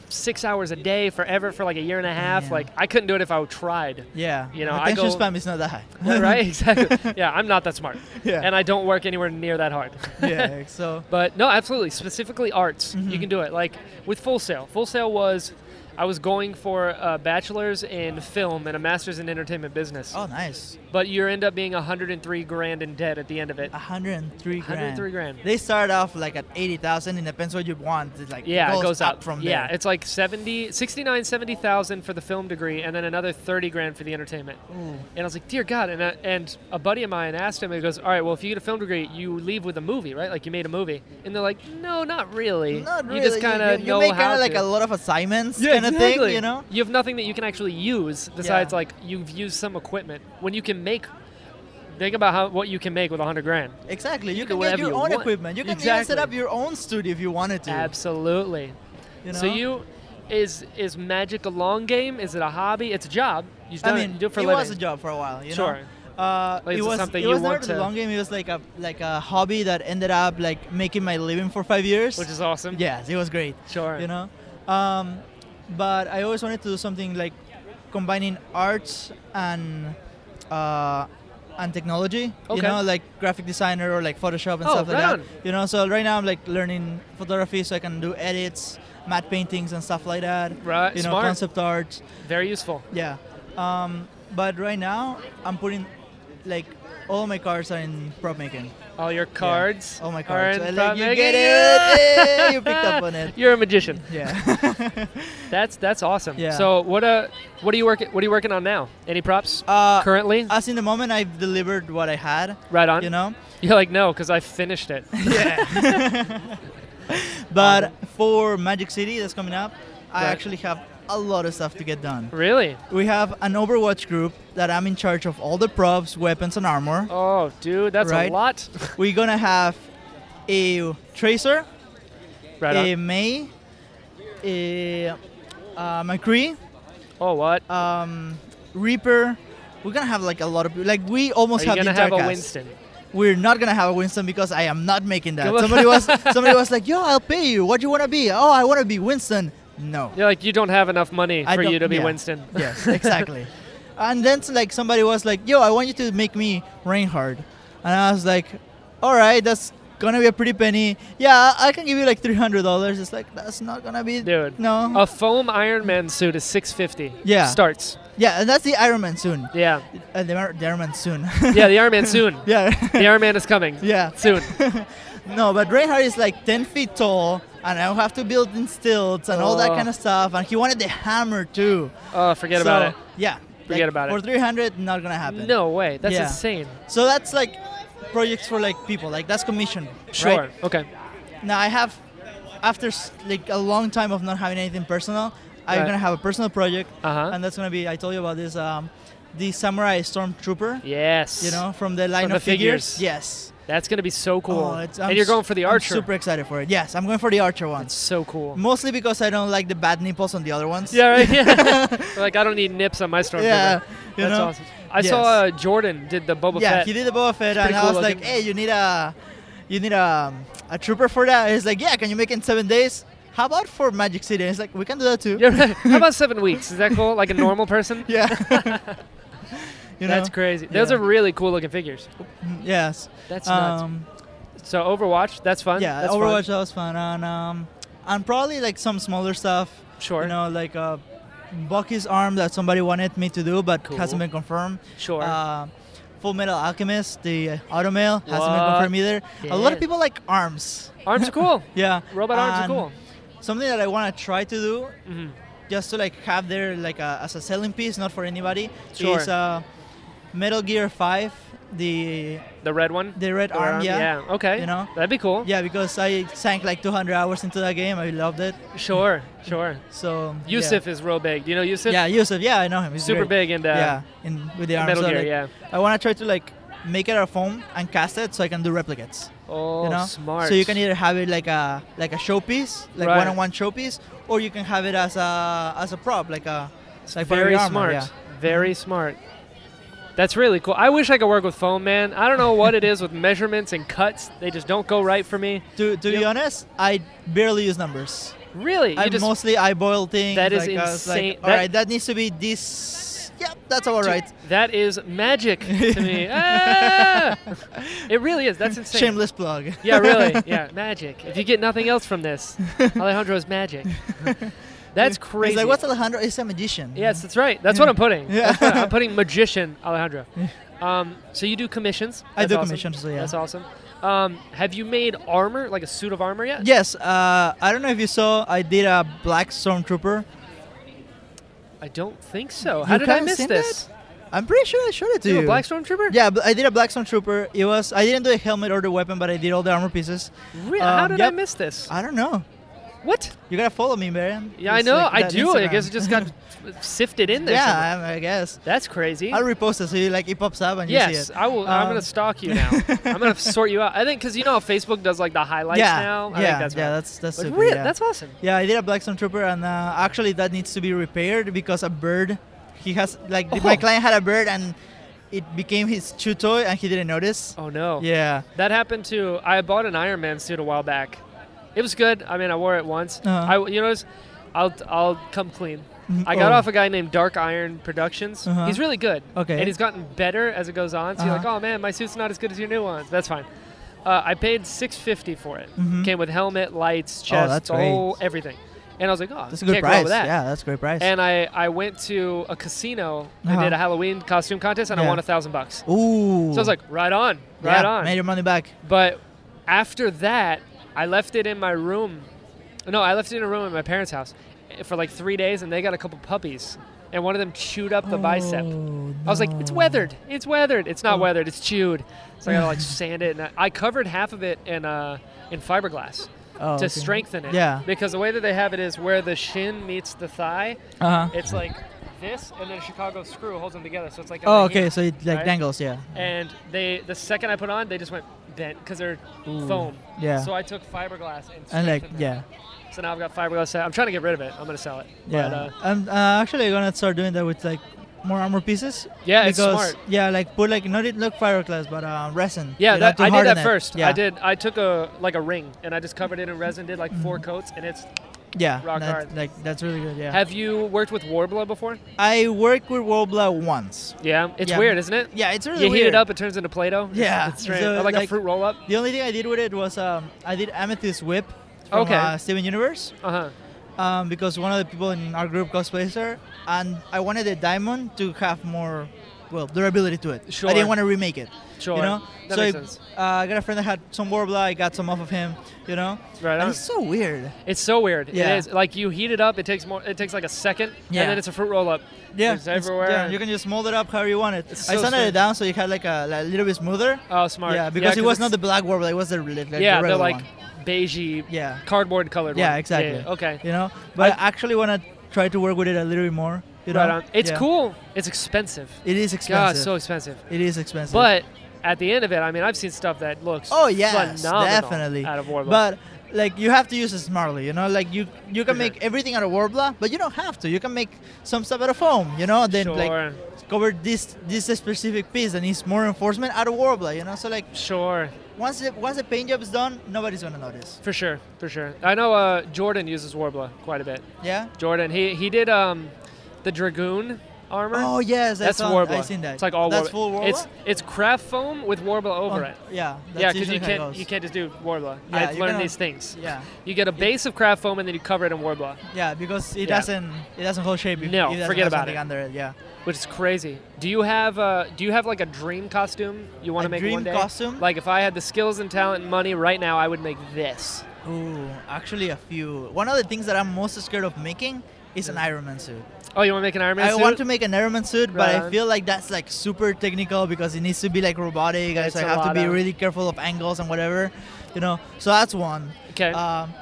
S1: six hours a day forever for like a year and a half.
S2: Yeah.
S1: Like I couldn't do it if I tried. [LAUGHS]
S2: Yeah.
S1: You know, I
S2: attention
S1: go-
S2: spam is not that high.
S1: right? [LAUGHS] Exactly. Yeah, I'm not that smart.
S2: Yeah.
S1: And I don't work anywhere near that hard.
S2: [LAUGHS] yeah. So.
S1: But no, absolutely. Specifically, arts.
S2: Mm-hmm.
S1: You can do it. Like with Full Sail. Full Sail was, I was going for a bachelor's in film and a master's in entertainment business.
S2: Oh, nice.
S1: But you end up being 103 grand in debt at the end of
S2: Ah,
S1: it.
S2: 103 grand.
S1: 103 grand.
S2: They start off like at 80,000 and depends what you want. It's like
S1: Yeah,
S2: goes
S1: it goes
S2: up from
S1: Yeah,
S2: there.
S1: it's like 70, 69, 70,000 for the film degree, and then another 30 grand for the entertainment.
S2: Ooh.
S1: And I was like, dear God. And, I, and a buddy of mine asked him, he goes, all right, well, if you get a film degree, you leave with a movie, right? Like you made a movie. And they're like, no, not really.
S2: Not really.
S1: You just kind of
S2: you,
S1: know
S2: make
S1: how
S2: kind of like
S1: to.
S2: a lot of assignments.
S1: Yeah,
S2: kinda kind of thing,
S1: Exactly.
S2: you know?
S1: You have nothing that you can actually use besides
S2: Yeah.
S1: like you've used some equipment. When you can make, think about how what you can make with a hundred grand.
S2: Exactly. You,
S1: do
S2: can get
S1: whatever
S2: your
S1: you
S2: own
S1: want.
S2: equipment. You can even set
S1: Exactly.
S2: up your own studio if you wanted to.
S1: Absolutely.
S2: you know?
S1: So you is is magic a long game? Is it a hobby? It's a job. You,
S2: I
S1: done
S2: mean,
S1: it. you do it for a
S2: was a
S1: living.
S2: job for a while. You
S1: sure.
S2: Know? Uh,
S1: Like,
S2: it
S1: is it
S2: was
S1: something
S2: it
S1: you
S2: was
S1: want
S2: never the
S1: to-
S2: long game. It was like a like a hobby that ended up like making my living for five years.
S1: Which is awesome.
S2: yes, it was great.
S1: Sure.
S2: You know, um, but I always wanted to do something like combining arts and uh, and technology. You
S1: Okay.
S2: know, like graphic designer or like Photoshop and
S1: Oh,
S2: stuff like
S1: right
S2: that.
S1: on.
S2: You know, so right now I'm like learning photography, so I can do edits, matte paintings and stuff like that.
S1: Right,
S2: You know,
S1: smart.
S2: concept art.
S1: Very useful.
S2: Yeah. Um, but right now, I'm putting like all my cards are in prop making.
S1: All your cards.
S2: All Oh, my
S1: are
S2: cards.
S1: in
S2: I like-
S1: prop
S2: you
S1: making. [LAUGHS]
S2: get it. [LAUGHS] Hey, you picked up on it.
S1: You're a magician.
S2: Yeah.
S1: [LAUGHS]
S2: [LAUGHS]
S1: That's that's awesome.
S2: Yeah.
S1: So what uh what are you working what are you working on now? Any props
S2: uh,
S1: currently?
S2: as in the moment, I've delivered what I had.
S1: right on.
S2: You know.
S1: You're like no because I finished
S2: [LAUGHS]
S1: it.
S2: Yeah. but
S1: Awesome.
S2: for Magic City that's coming up, I
S1: Um, Right.
S2: actually have a lot of stuff to get done.
S1: really?
S2: We have an Overwatch group that I'm in charge of all the props, weapons, and armor.
S1: Oh, dude, that's
S2: Right.
S1: a
S2: [LAUGHS]
S1: lot.
S2: We're gonna have a tracer.
S1: right
S2: uh,
S1: on.
S2: May, uh, uh, McCree,
S1: Oh, what?
S2: um, Reaper. We're gonna have like a lot of like we almost
S1: Are you
S2: have
S1: gonna
S2: the entire
S1: have a
S2: cast.
S1: Winston?
S2: We're not gonna have a Winston because I am not making that.
S1: Come on.
S2: Somebody
S1: [LAUGHS]
S2: was somebody was like, "Yo, I'll pay you. What do you wanna be? Oh, I wanna be Winston." No.
S1: You're like you don't have enough money
S2: I
S1: for you
S2: don't-
S1: to be
S2: yeah.
S1: Winston.
S2: [LAUGHS] Yes, exactly. and then like somebody was like, "Yo, I want you to make me Reinhard," and I was like, "All right, that's gonna be a pretty penny. Yeah, I can give you like three hundred dollars." It's like that's not gonna be
S1: Dude. Oh.
S2: No,
S1: A foam Iron Man suit is 650.
S2: Yeah.
S1: Starts.
S2: Yeah, and that's the Iron Man soon.
S1: Yeah.
S2: Uh, the, Mar- the Iron Man soon.
S1: Yeah,
S2: [LAUGHS]
S1: the Iron Man soon.
S2: yeah.
S1: The Iron Man is coming
S2: [LAUGHS] yeah. [LAUGHS]
S1: soon.
S2: No, but Reinhardt is like 10 feet tall, and I have to build in stilts and all that
S1: Oh.
S2: kind of stuff. And he wanted the hammer too.
S1: Oh, forget about
S2: So,
S1: it.
S2: Yeah.
S1: Forget
S2: like,
S1: about it.
S2: For 300, not gonna happen.
S1: No way. That's
S2: Yeah.
S1: insane.
S2: So that's like projects for like people. Like that's commission.
S1: Sure.
S2: Right?
S1: Okay.
S2: Now I have, after s- like a long time of not having anything personal, I'm
S1: Right.
S2: gonna have a personal project,
S1: Uh huh.
S2: and that's gonna be. I told you about this. Um, the samurai stormtrooper.
S1: Yes.
S2: You know, from the line
S1: From the
S2: of figures.
S1: figures.
S2: Yes.
S1: That's gonna be so cool.
S2: Oh, it's- I'm
S1: and you're
S2: s-
S1: going for the
S2: I'm
S1: archer.
S2: super excited for it. Yes, I'm going for the archer
S1: That's
S2: ones.
S1: so
S2: [LAUGHS]
S1: cool.
S2: Mostly because I don't like the bad nipples on the other ones.
S1: Yeah. Right. [LAUGHS] Yeah. like I don't need nips on my stormtrooper.
S2: [LAUGHS] Yeah. You
S1: That's
S2: know?
S1: awesome. I
S2: Yes.
S1: saw uh, Jordan did the Boba
S2: yeah,
S1: Fett.
S2: he
S1: [LAUGHS]
S2: did the Boba Fett, and
S1: pretty
S2: I
S1: cool
S2: was like,
S1: looking.
S2: "Hey, you need a, you need a, a trooper for that." He's like, "Yeah, can you make it in seven days? How about for Magic City?" And he's like, "We can do that too."
S1: Yeah, right. How about seven weeks? Is that cool? Like a normal
S2: [LAUGHS]
S1: person?
S2: Yeah.
S1: [LAUGHS]
S2: you know?
S1: That's crazy. Those
S2: Yeah.
S1: are really cool looking figures.
S2: Mm, Yes.
S1: That's nuts.
S2: Um,
S1: So Overwatch, that's fun.
S2: yeah,
S1: that's
S2: Overwatch
S1: Fun.
S2: that was fun, and um, and probably like some smaller stuff.
S1: Sure.
S2: You know, like uh, Bucky's arm that somebody wanted me to do, but
S1: Cool.
S2: hasn't been confirmed.
S1: Sure.
S2: Uh, Full Metal Alchemist, the uh, Automail hasn't been
S1: What?
S2: confirmed either. A lot
S1: Yeah.
S2: of people like arms.
S1: arms are
S2: [LAUGHS]
S1: cool.
S2: Yeah.
S1: Robot arms are
S2: And
S1: cool.
S2: Something that I want to try to do,
S1: hmm
S2: just to like have there like a, as a selling piece, not for anybody,
S1: Sure.
S2: is uh, Metal Gear Five, the
S1: The red one.
S2: the red
S1: The
S2: arm. yeah.
S1: Okay.
S2: You know?
S1: That'd be cool.
S2: Yeah, because I sank like 200 hours into that game. I loved it.
S1: Sure. Sure.
S2: So [LAUGHS] yeah.
S1: Yusuf is real big. Do you know Yusuf?
S2: Yeah, Yusuf. Yeah, I know him. He's
S1: Super
S2: great.
S1: big and uh,
S2: yeah, in with the
S1: in
S2: arms.
S1: Metal
S2: so,
S1: Gear.
S2: like,
S1: yeah.
S2: I want to try to like make it a foam and cast it so I can do replicates.
S1: Oh,
S2: you know,
S1: smart.
S2: so you can either have it like a like a showpiece, like
S1: Right.
S2: one-on-one showpiece, or you can have it as a as a prop, like a
S1: It's
S2: like
S1: very
S2: Barbie armor,
S1: smart.
S2: yeah. Mm-hmm.
S1: Very smart. That's really cool. I wish I could work with foam, man. I don't know what it is with [LAUGHS] measurements and cuts. They just don't go right for me.
S2: To, to be
S1: Yep.
S2: honest, I barely use numbers.
S1: Really? You
S2: I
S1: just
S2: mostly eyeball things.
S1: That is
S2: like, I was like,
S1: insane.
S2: all
S1: That-
S2: right, that needs to be this. Yep, that's all
S1: Dude,
S2: right.
S1: That is magic to
S2: [LAUGHS]
S1: me. Ah! It really is. That's insane.
S2: Shameless plug.
S1: [LAUGHS] Yeah,
S2: [LAUGHS]
S1: really. Yeah, magic. If you get nothing else from this, Alejandro's
S2: [LAUGHS]
S1: magic. That's crazy.
S2: He's like, what's Alejandro? He's a magician.
S1: yes, that's right. That's what I'm putting.
S2: Yeah.
S1: That's
S2: [LAUGHS]
S1: what I'm putting magician Alejandro. Um, so you do commissions.
S2: I
S1: That's
S2: do
S1: awesome.
S2: commissions, so yeah.
S1: That's awesome. Um, have you made armor, like a suit of armor yet?
S2: Yes, uh, I don't know if you saw, I did a black stormtrooper.
S1: I don't think so. How
S2: You
S1: did I
S2: haven't
S1: miss
S2: seen
S1: this?
S2: I'm pretty sure I showed it to
S1: You
S2: you.
S1: a black stormtrooper?
S2: yeah, but I did a black stormtrooper. It was I didn't do a helmet or the weapon, but I did all the armor pieces.
S1: Really? How
S2: Um,
S1: did I
S2: yep.
S1: miss this?
S2: I don't know.
S1: What?
S2: You gotta follow me, man.
S1: Yeah, I know. I do. I guess it just got [LAUGHS] sifted in there. somewhere.
S2: yeah, I, I guess.
S1: That's crazy.
S2: I'll repost it so you like it pops up and you
S1: Yes,
S2: see it.
S1: I will. I'm gonna
S2: Um,
S1: stalk you now. I'm
S2: [LAUGHS]
S1: gonna sort you out. I think because you know how Facebook does like the highlights
S2: yeah,
S1: now. I
S2: yeah,
S1: think that's
S2: yeah.
S1: right.
S2: That's that's
S1: But
S2: super,
S1: really,
S2: yeah.
S1: that's awesome.
S2: Yeah, I did a black stormtrooper, and uh, actually that needs to be repaired because a bird, he has like th- my
S1: Oh.
S2: client had a bird and it became his chew toy, and he didn't notice.
S1: Oh no.
S2: Yeah.
S1: That happened to. I bought an Iron Man suit a while back. It was good. I mean, I wore it once.
S2: Uh-huh.
S1: I, you know, I'll I'll come clean.
S2: Mhm.
S1: I got
S2: Oh.
S1: off a guy named Dark Iron Productions.
S2: Uh-huh.
S1: He's really good.
S2: Okay.
S1: And he's gotten better as it goes on. So you're like,
S2: Uh-huh.
S1: oh man, my suit's not as good as your new ones. That's fine. Uh, I paid six fifty for it.
S2: Mhm.
S1: Came with helmet, lights, chest,
S2: Oh, that's
S1: the
S2: great.
S1: whole everything. And I was like, oh,
S2: That's a good
S1: can't go wrong
S2: price.
S1: with that.
S2: Yeah, that's a great price.
S1: And I, I went to a casino and
S2: Uh-huh.
S1: did a Halloween costume contest, and I
S2: Yeah.
S1: won a thousand bucks.
S2: Ooh.
S1: So I was like, right on, right
S2: yeah,
S1: on.
S2: Made your money back.
S1: But after that, I left it in my room. No, I left it in a room at my parents' house eh, for like three days, and they got a couple puppies, and one of them chewed up the bicep. I was like, it's weathered. It's weathered. It's not
S2: Oh.
S1: weathered. It's chewed. So I gotta
S2: [LAUGHS]
S1: like sand it, and I, I covered half of it in uh, in fiberglass
S2: Oh,
S1: to
S2: okay.
S1: strengthen it.
S2: Yeah.
S1: Because the way that they have it is where the shin meets the thigh,
S2: Uh huh.
S1: it's like this, and then a Chicago screw holds them together. So it's like. a
S2: Oh,
S1: leg in.
S2: okay. So it like
S1: right?
S2: dangles. Yeah.
S1: And they, the second I put on, they just went bent because they're
S2: Ooh.
S1: foam.
S2: Yeah.
S1: So I took fiberglass and.
S2: and like
S1: strengthened
S2: yeah,
S1: it. So now I've got fiberglass. I'm trying to get rid of it. I'm gonna sell it.
S2: yeah.
S1: But, uh,
S2: I'm uh, actually gonna start doing that with like more armor pieces.
S1: yeah, it's
S2: because
S1: smart.
S2: yeah, like put like not it look fiberglass, but uh, resin.
S1: Yeah,
S2: you know,
S1: that,
S2: to
S1: I did
S2: harden
S1: that
S2: it.
S1: first.
S2: Yeah.
S1: I did. I took a like a ring and I just covered it in resin. Did like four coats, and it's.
S2: Yeah,
S1: Rock
S2: that-
S1: hard.
S2: like that's really good. Mm-hmm. Yeah,
S1: Have you worked with Warbler before?
S2: I worked with Wobla once.
S1: Yeah, it's
S2: Yeah.
S1: weird, isn't it?
S2: Yeah, it's really
S1: you heat
S2: weird.
S1: it up, it turns into Play-Doh. It's-
S2: Yeah,
S1: it's strange.
S2: so,
S1: Or like, a
S2: like-
S1: fruit roll-up.
S2: The only thing I did with it was um, I did Amethyst Whip from
S1: Okay.
S2: uh, Steven Universe
S1: Uh huh.
S2: um, because one of the people in our group cosplays her, and I wanted the diamond to have more, well, durability to it. I
S1: Sure.
S2: didn't want to remake it.
S1: Sure.
S2: You know,
S1: That
S2: so
S1: makes
S2: I,
S1: sense.
S2: Uh, I got a friend that had some Warbler. I got some off of him. You know,
S1: Right
S2: and
S1: on.
S2: it's so weird.
S1: It's so weird.
S2: Yeah.
S1: It is. Like you heat it up, it takes more. It takes like a second,
S2: Yeah.
S1: and then it's a fruit roll up.
S2: Yeah,
S1: It's everywhere.
S2: yeah, you can just mold it up however you want it.
S1: It's
S2: I
S1: so
S2: sanded
S1: strange.
S2: it down so it had like a, like, a little bit smoother.
S1: Oh, smart.
S2: Yeah, because it
S1: 'cause
S2: was not the
S1: it's-
S2: black Warbler. It was the, like, the
S1: yeah, they're
S2: regular
S1: like
S2: one.
S1: beigey,
S2: Yeah.
S1: cardboard colored.
S2: Yeah,
S1: one.
S2: exactly.
S1: okay.
S2: you know but i actually want to try to work with it a little bit more you know
S1: Right on. It's
S2: Yeah.
S1: cool. It's expensive. God,
S2: it is
S1: it's
S2: expensive
S1: so expensive.
S2: it is expensive
S1: But at the end of it, I mean, I've seen stuff that looks
S2: oh yes
S1: phenomenal
S2: definitely
S1: out of Warbler.
S2: but like you have to use it smartly you know like you you
S1: For
S2: can
S1: sure.
S2: make everything out of warbler but you don't have to you can make some stuff out of foam you know then
S1: sure,
S2: like cover this this specific piece that needs more reinforcement out of warbler you know so like
S1: sure,
S2: once the once the paint job is done nobody's gonna notice
S1: for sure, for sure. I know uh, Jordan uses Warbler quite a bit.
S2: yeah
S1: Jordan, he he did um, the dragoon armor.
S2: oh yes
S1: That's
S2: I saw,
S1: Warbler.
S2: i seen that
S1: It's like all
S2: that's
S1: Warbler.
S2: full warbler
S1: It's it's craft foam with Warbler over
S2: Oh,
S1: it.
S2: yeah that's
S1: Yeah, because
S2: usually
S1: you
S2: how it
S1: can't
S2: goes.
S1: you can't just do Warbler.
S2: Yeah,
S1: I've
S2: you
S1: learned
S2: cannot-
S1: these things.
S2: yeah
S1: You get a base of craft foam and then you cover it in Warbler,
S2: Yeah, because it
S1: Yeah.
S2: doesn't it doesn't hold shape. If,
S1: No,
S2: if doesn't
S1: forget
S2: have
S1: about
S2: something
S1: it.
S2: Under it, yeah.
S1: which is crazy. Do you have uh, do you have like a dream costume you want to
S2: A
S1: make
S2: dream
S1: one day?
S2: costume?
S1: Like if I had the skills and talent and money right now, I would make this.
S2: Ooh, actually a few. One of the things that I'm most scared of making is an Iron Man suit.
S1: Oh, you want to make an Iron Man
S2: I
S1: suit?
S2: want to make an Iron Man suit, but
S1: Right on.
S2: I feel like that's like super technical because it needs to be like robotic, and
S1: It's
S2: so I
S1: a
S2: have to
S1: lot
S2: be
S1: of-
S2: really careful of angles and whatever, you know. So that's one.
S1: okay.
S2: Um,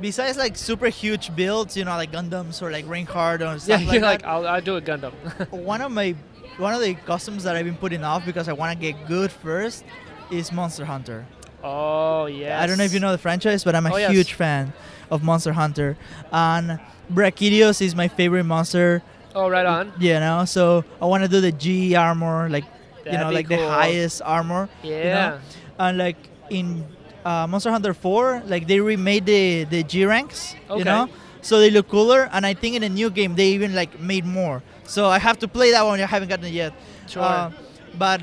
S2: besides like super huge builds, you know, like Gundams or like Reinhardt
S1: [LAUGHS]
S2: or
S1: yeah, [LAUGHS]
S2: stuff
S1: you're like, "Ah." I'll,
S2: that.
S1: I'll do a Gundam. [LAUGHS]
S2: one of my one of the costumes that I've been putting off because I want to get good first is Monster Hunter.
S1: oh yeah.
S2: I don't know if you know the franchise, but I'm a
S1: Oh, yes.
S2: huge fan of Monster Hunter. And Brachidios is my favorite monster,
S1: Oh, right on.
S2: you know. So I want to do the G E armor, like you
S1: That'd
S2: know,
S1: be
S2: like
S1: cool.
S2: the highest armor.
S1: Yeah.
S2: And like in uh, Monster Hunter 4, like they remade the the G ranks,
S1: Okay.
S2: you know. So they look cooler, and I think in the new game they even like made more. So I have to play that one. I haven't gotten it yet.
S1: Sure.
S2: Uh, but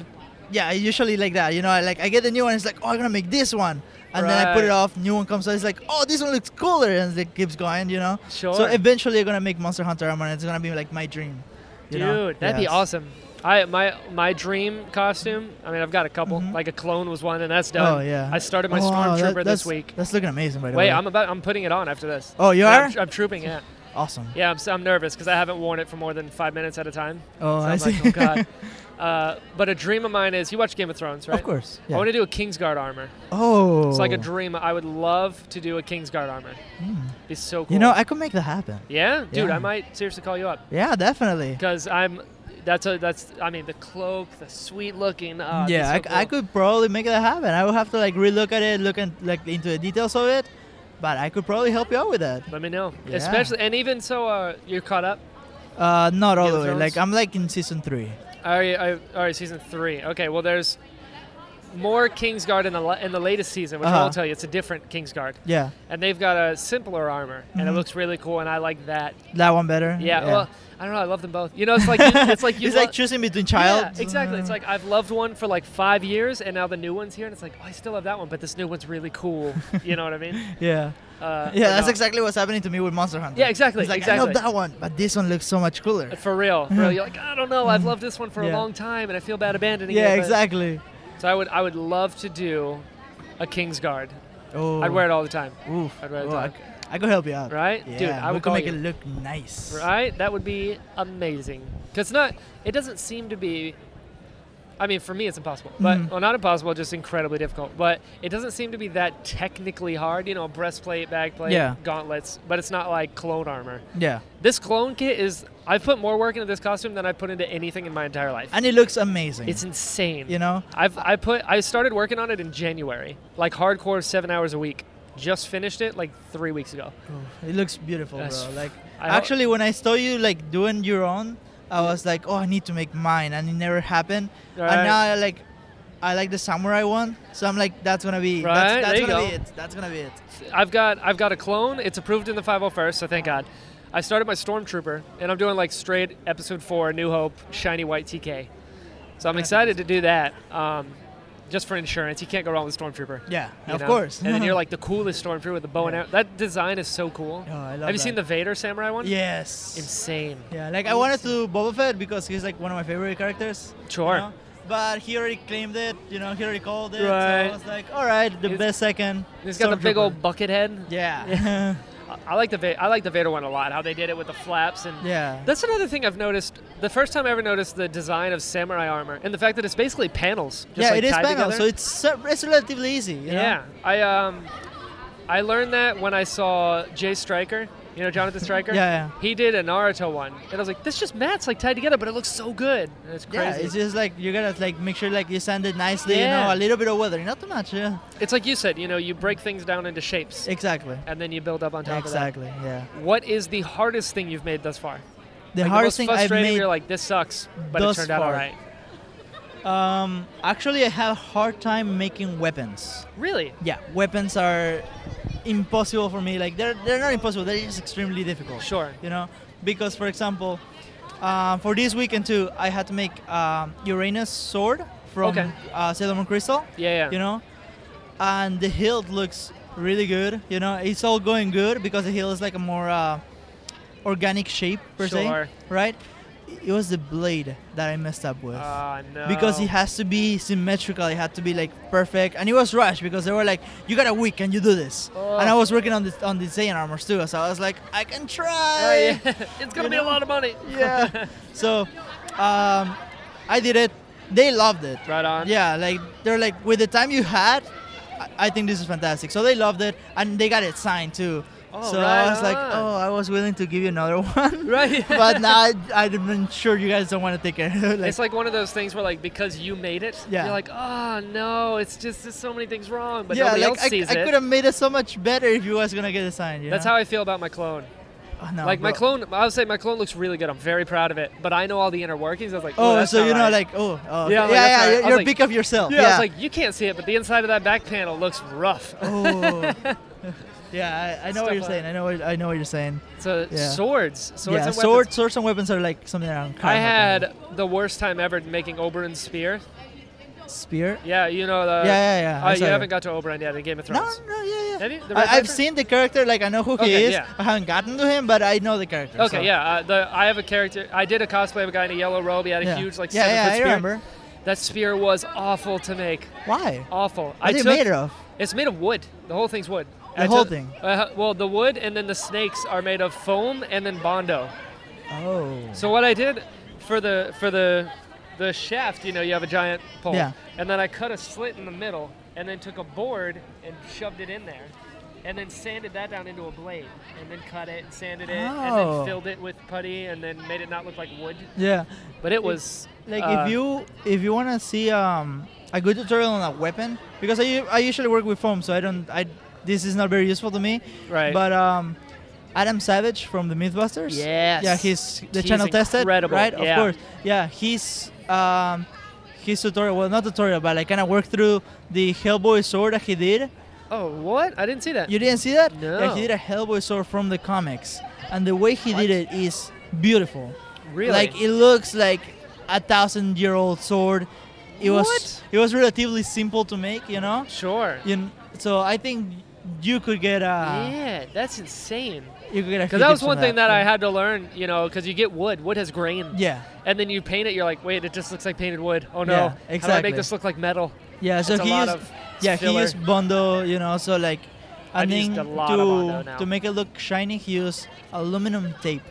S2: yeah, I usually like that. You know, I like I get the new one. It's like, oh, I'm gonna make this one, and then I put it
S1: Right.
S2: off. New one comes out. It's like, oh, this one looks cooler, and it keeps going. You know.
S1: Sure.
S2: So eventually, I'm gonna make Monster Hunter armor, and it's gonna be like my dream. you
S1: Dude,
S2: know?
S1: that'd be
S2: Yes.
S1: awesome. I my my dream costume. I mean, I've got a couple.
S2: Mhm.
S1: Like a clone was one, and that's done.
S2: Oh yeah.
S1: I started my
S2: Oh, wow, that-
S1: stormtrooper this
S2: that's-
S1: week.
S2: That's looking amazing, by the
S1: Wait,
S2: way.
S1: I'm about. I'm putting it on after this.
S2: Oh, you
S1: Yeah,
S2: are?
S1: I'm, I'm trooping. Yeah.
S2: awesome.
S1: Yeah. I'm, s- I'm nervous because I haven't worn it for more than five minutes at a time.
S2: Oh,
S1: So
S2: I
S1: I'm
S2: [LAUGHS] see.
S1: like, oh god. Uh, but a dream of mine is you watch Game of Thrones, right?
S2: Of course.
S1: I
S2: Yeah.
S1: want to do a Kingsguard armor.
S2: oh.
S1: It's like a dream. I would love to do a Kingsguard armor.
S2: Mm.
S1: Be so cool.
S2: You know, I could make that happen.
S1: yeah, dude,
S2: Yeah.
S1: I might seriously call you up
S2: Yeah, definitely.
S1: because I'm. That's a. That's. I mean, the cloak, the sweet looking. Uh,
S2: yeah, I,
S1: so
S2: c- I
S1: cool.
S2: could probably make that happen. I would have to like relook at it, look and like into the details of it, but I could probably help you out with that.
S1: Let me know.
S2: Yeah.
S1: Especially, and even so, uh, you're caught up.
S2: Uh, not all
S1: Game
S2: the
S1: of
S2: way.
S1: Thrones?
S2: Like I'm like in season three.
S1: All right, Oh, all right, all right, season three. Okay, well, there's more Kingsguard in the la- in the latest season, which I
S2: Uh-huh.
S1: will tell you, it's a different Kingsguard,
S2: Yeah,
S1: and they've got a simpler armor, and it
S2: Mhm.
S1: looks really cool, and I like that.
S2: that one better.
S1: Yeah,
S2: [LAUGHS]
S1: well, I don't know, I love them both. You know, it's like it's like you
S2: it's
S1: lo-
S2: like choosing between
S1: Yeah,
S2: child.
S1: exactly. It's like I've loved one for like five years, and now the new one's here, and it's like oh, I still have that one, but this new one's really cool.
S2: [LAUGHS]
S1: you know what I mean?
S2: yeah,
S1: Uh, but
S2: yeah. That's
S1: no.
S2: exactly what's happening to me with Monster Hunter.
S1: Yeah, exactly,
S2: It's like I
S1: exactly.
S2: love that one, but this one looks so much cooler.
S1: For real, for real. You're like, I don't know. I've loved this one for a
S2: Hmm. Yeah.
S1: long time, and I feel bad abandoning
S2: Yeah,
S1: it. but-
S2: exactly.
S1: So I would, I would love to do a Kingsguard.
S2: Oh,
S1: I'd wear it all the time,
S2: Oof.
S1: I'd wear it
S2: Oh,
S1: down.
S2: I, c- I could help you out.
S1: right?
S2: Yeah,
S1: Dude, I would
S2: we could
S1: call
S2: make
S1: you.
S2: it look nice.
S1: Right? That would be amazing. Cause not, it doesn't seem to be. I mean, for me, it's impossible. But
S2: Mhm.
S1: well, not impossible, just incredibly difficult. But it doesn't seem to be that technically hard. You know, breastplate, backplate,
S2: Yeah.
S1: gauntlets. But it's not like clone armor.
S2: Yeah,
S1: This clone kit is. I've put more work into this costume than I put into anything in my entire life.
S2: and it looks amazing.
S1: it's insane.
S2: you know.
S1: I've I put I started working on it in January, like hardcore seven hours a week. Just finished it like three weeks ago.
S2: It looks beautiful,
S1: That's
S2: bro.
S1: f-
S2: Like
S1: I ho-
S2: actually, when I saw you like doing your own, I was like, oh, I need to make mine, and it never happened.
S1: Right.
S2: And now I like, I like the samurai one, so I'm like, that's gonna be
S1: Right,
S2: that's,
S1: there
S2: that's
S1: you
S2: gonna
S1: go.
S2: be it. That's gonna be it.
S1: I've got I've got a clone. It's approved in the 501st, so thank God. I started my stormtrooper, and I'm doing like straight episode four, New Hope, shiny white TK. So I'm
S2: That's
S1: excited to do that, um, just for insurance. You can't go wrong with stormtrooper.
S2: Yeah,
S1: you
S2: of
S1: know?
S2: course.
S1: and then
S2: [LAUGHS]
S1: you're like the coolest stormtrooper with the bow and
S2: Yeah.
S1: arrow. That design is so cool.
S2: Oh, I love
S1: Have you seen the
S2: that.
S1: Vader samurai one?
S2: Yes.
S1: Insane.
S2: yeah, like I wanted to Boba Fett because he's like one of my favorite characters. you
S1: Sure.
S2: know? But he already claimed it, you know. He already called it. So
S1: Right.
S2: I was like, all right, the
S1: He's-
S2: best second.
S1: He's got the big
S2: Stormtrooper.
S1: old bucket head.
S2: [LAUGHS] Yeah.
S1: I- I like the Va- I like the Vader one a lot. How they did it with the flaps and
S2: yeah.
S1: that's another thing I've noticed. The first time I ever noticed the design of samurai armor and the fact that it's basically panels. Just
S2: yeah,
S1: like
S2: it is
S1: tied
S2: panel,
S1: together.
S2: so it's, so- it's relatively easy. You know?
S1: yeah, I um, I learned that when I saw Jay Stryker. You know
S2: [LAUGHS]
S1: Jonathan Stryker.
S2: Yeah, yeah.
S1: He did a Naruto one, and I was like, "This just mats like tied together, but it looks so good." And it's crazy.
S2: Yeah, it's just like you gotta like make sure like you sand it nicely,
S1: Yeah.
S2: you know, a little bit of weathering, not too much. Yeah,
S1: It's like you said. You know, you break things down into shapes,
S2: exactly,
S1: and then you build up on top
S2: exactly. Yeah,
S1: of that. What is the hardest thing you've made thus far?
S2: the
S1: like,
S2: hardest
S1: the
S2: thing
S1: most
S2: I've
S1: frustrating.
S2: made.
S1: You're like, "This sucks," but it
S2: thus
S1: turned out all
S2: far.
S1: right.
S2: um, actually, I have a hard time making weapons.
S1: Really?
S2: Yeah, weapons are impossible for me. Like they're they're not impossible. They're just extremely difficult.
S1: Sure.
S2: You know, because for example, um, for this weekend too, I had to make um, Uranus sword from
S1: Okay.
S2: uh, Sailor Moon Crystal.
S1: Yeah, yeah.
S2: you know and the hilt looks really good you know it's all going good because the hill is like a more uh, organic shape per
S1: Sure.
S2: se right it was the blade that i messed up with
S1: Ah, no.
S2: because it has to be symmetrical it had to be like perfect and it was rushed because they were like you got a week and you do this and i
S1: Ugh.
S2: was working on this on the Zayn armors too so i was like i can
S1: Oh,
S2: try
S1: yeah. [LAUGHS] it's gonna
S2: you
S1: be a
S2: know?
S1: lot of money.
S2: [LAUGHS] yeah. so um, i did it they loved it
S1: Right on.
S2: yeah, like they're like with the time you had, I, I think this is fantastic. So they loved it and they got it signed too.
S1: Oh,
S2: so
S1: right
S2: I was like,
S1: on.
S2: oh, I was willing to give you another [LAUGHS] one,
S1: Right.
S2: but now I, I'm sure you guys don't want to take it. [LAUGHS] like,
S1: it's like one of those things where, like, because you made it,
S2: Yeah.
S1: you're like, oh no, it's just there's so many things wrong, but
S2: yeah,
S1: nobody
S2: like
S1: else
S2: I,
S1: sees
S2: I
S1: it.
S2: could have made it so much better if you was gonna get it signed. You
S1: That's how I feel about my clone.
S2: how. no,
S1: like my
S2: bro.
S1: clone, I would say my clone looks really good. I'm very proud of it, but I know all the inner workings. I was like,
S2: Oh,
S1: that's
S2: so
S1: not
S2: you know,
S1: right."
S2: like oh, oh
S1: Yeah,
S2: yeah,
S1: like, that's not
S2: yeah, yeah,
S1: right. I
S2: you're,
S1: was
S2: you're
S1: like-
S2: big of yourself.
S1: yeah, I was like, you can't see it, but the inside of that back panel looks rough.
S2: oh. yeah, I, I know
S1: Stuff
S2: what you're
S1: like-
S2: saying. I know, what, I know what you're saying.
S1: [LAUGHS] so
S2: Yeah.
S1: swords, swords,
S2: yeah,
S1: and
S2: swords,
S1: weapons.
S2: swords and weapons are like something around.
S1: I had the worst time ever making Oberon's spear.
S2: spear.
S1: Yeah, you know the.
S2: Yeah, yeah, yeah. I
S1: Uh,
S2: saw
S1: you
S2: that.
S1: haven't got to Oberon yet in Game of
S2: No,
S1: Thrones.
S2: no, yeah, yeah.
S1: Have you? The Red
S2: I, I've
S1: Viper?
S2: seen the character, like I know who he
S1: Okay,
S2: is.
S1: yeah.
S2: I haven't gotten to him, but I know the character.
S1: Okay,
S2: so.
S1: yeah. Uh, the I have a character. I did a cosplay of a guy in a yellow robe. He had a
S2: yeah.
S1: huge like
S2: yeah,
S1: seven
S2: yeah,
S1: foot
S2: I
S1: spear.
S2: remember.
S1: That spear was awful to make.
S2: Why?
S1: Awful.
S2: What
S1: I
S2: are you
S1: took,
S2: made of?
S1: It's made of wood. The whole thing's wood.
S2: The
S1: I
S2: whole
S1: took-
S2: thing?
S1: Uh, well, the wood and then the snakes are made of foam and then bondo.
S2: Oh.
S1: So what I did for the for the the shaft, you know, you have a giant pole.
S2: Yeah.
S1: And then I cut a slit in the middle and then took a board and shoved it in there and then sanded that down into a blade and then cut it and sanded it and
S2: Oh.
S1: then filled it with putty and then made it not look like wood.
S2: Yeah.
S1: But it was
S2: Like
S1: uh,
S2: if you if you want to see um, a good tutorial on a weapon because I, u- I usually work with foam so I don't I this is not very useful to me.
S1: Right.
S2: But um, Adam Savage from the MythBusters.
S3: Yes.
S2: Yeah, he's the
S3: He's
S2: channel tested.
S3: incredible,
S2: Right.
S3: yeah.
S2: Of course. Yeah, he's um, his tutorial. Well, not tutorial, but like kind of worked through the Hellboy sword that he did.
S1: Oh, what? I didn't see that.
S2: You didn't see that?
S1: No.
S2: Yeah, he did a Hellboy sword from the comics, and the way he did it is beautiful.
S1: really?
S2: Like it looks like a thousand year old sword. It was
S1: What?
S2: it was relatively simple to make, you know.
S1: sure.
S2: You kn- so I think you could get a
S1: yeah, that's insane.
S2: you could get a few
S1: Because that was
S2: tips on
S1: one thing that I
S2: yeah.
S1: had to learn, you know, because you get wood. Wood has grain.
S2: Yeah,
S1: And then you paint it, you're like, wait, it just looks like painted wood. Oh no.
S2: Yeah,
S1: How do I
S2: exactly.
S1: make this look like metal?
S2: yeah. So
S1: That's a
S2: he
S1: lot
S2: used
S1: of
S2: yeah
S1: filler.
S2: he used bondo, you know. So like, I
S1: I've used
S2: think
S1: a lot of Bondo
S2: to
S1: now.
S2: to make it look shiny, he used aluminum tape.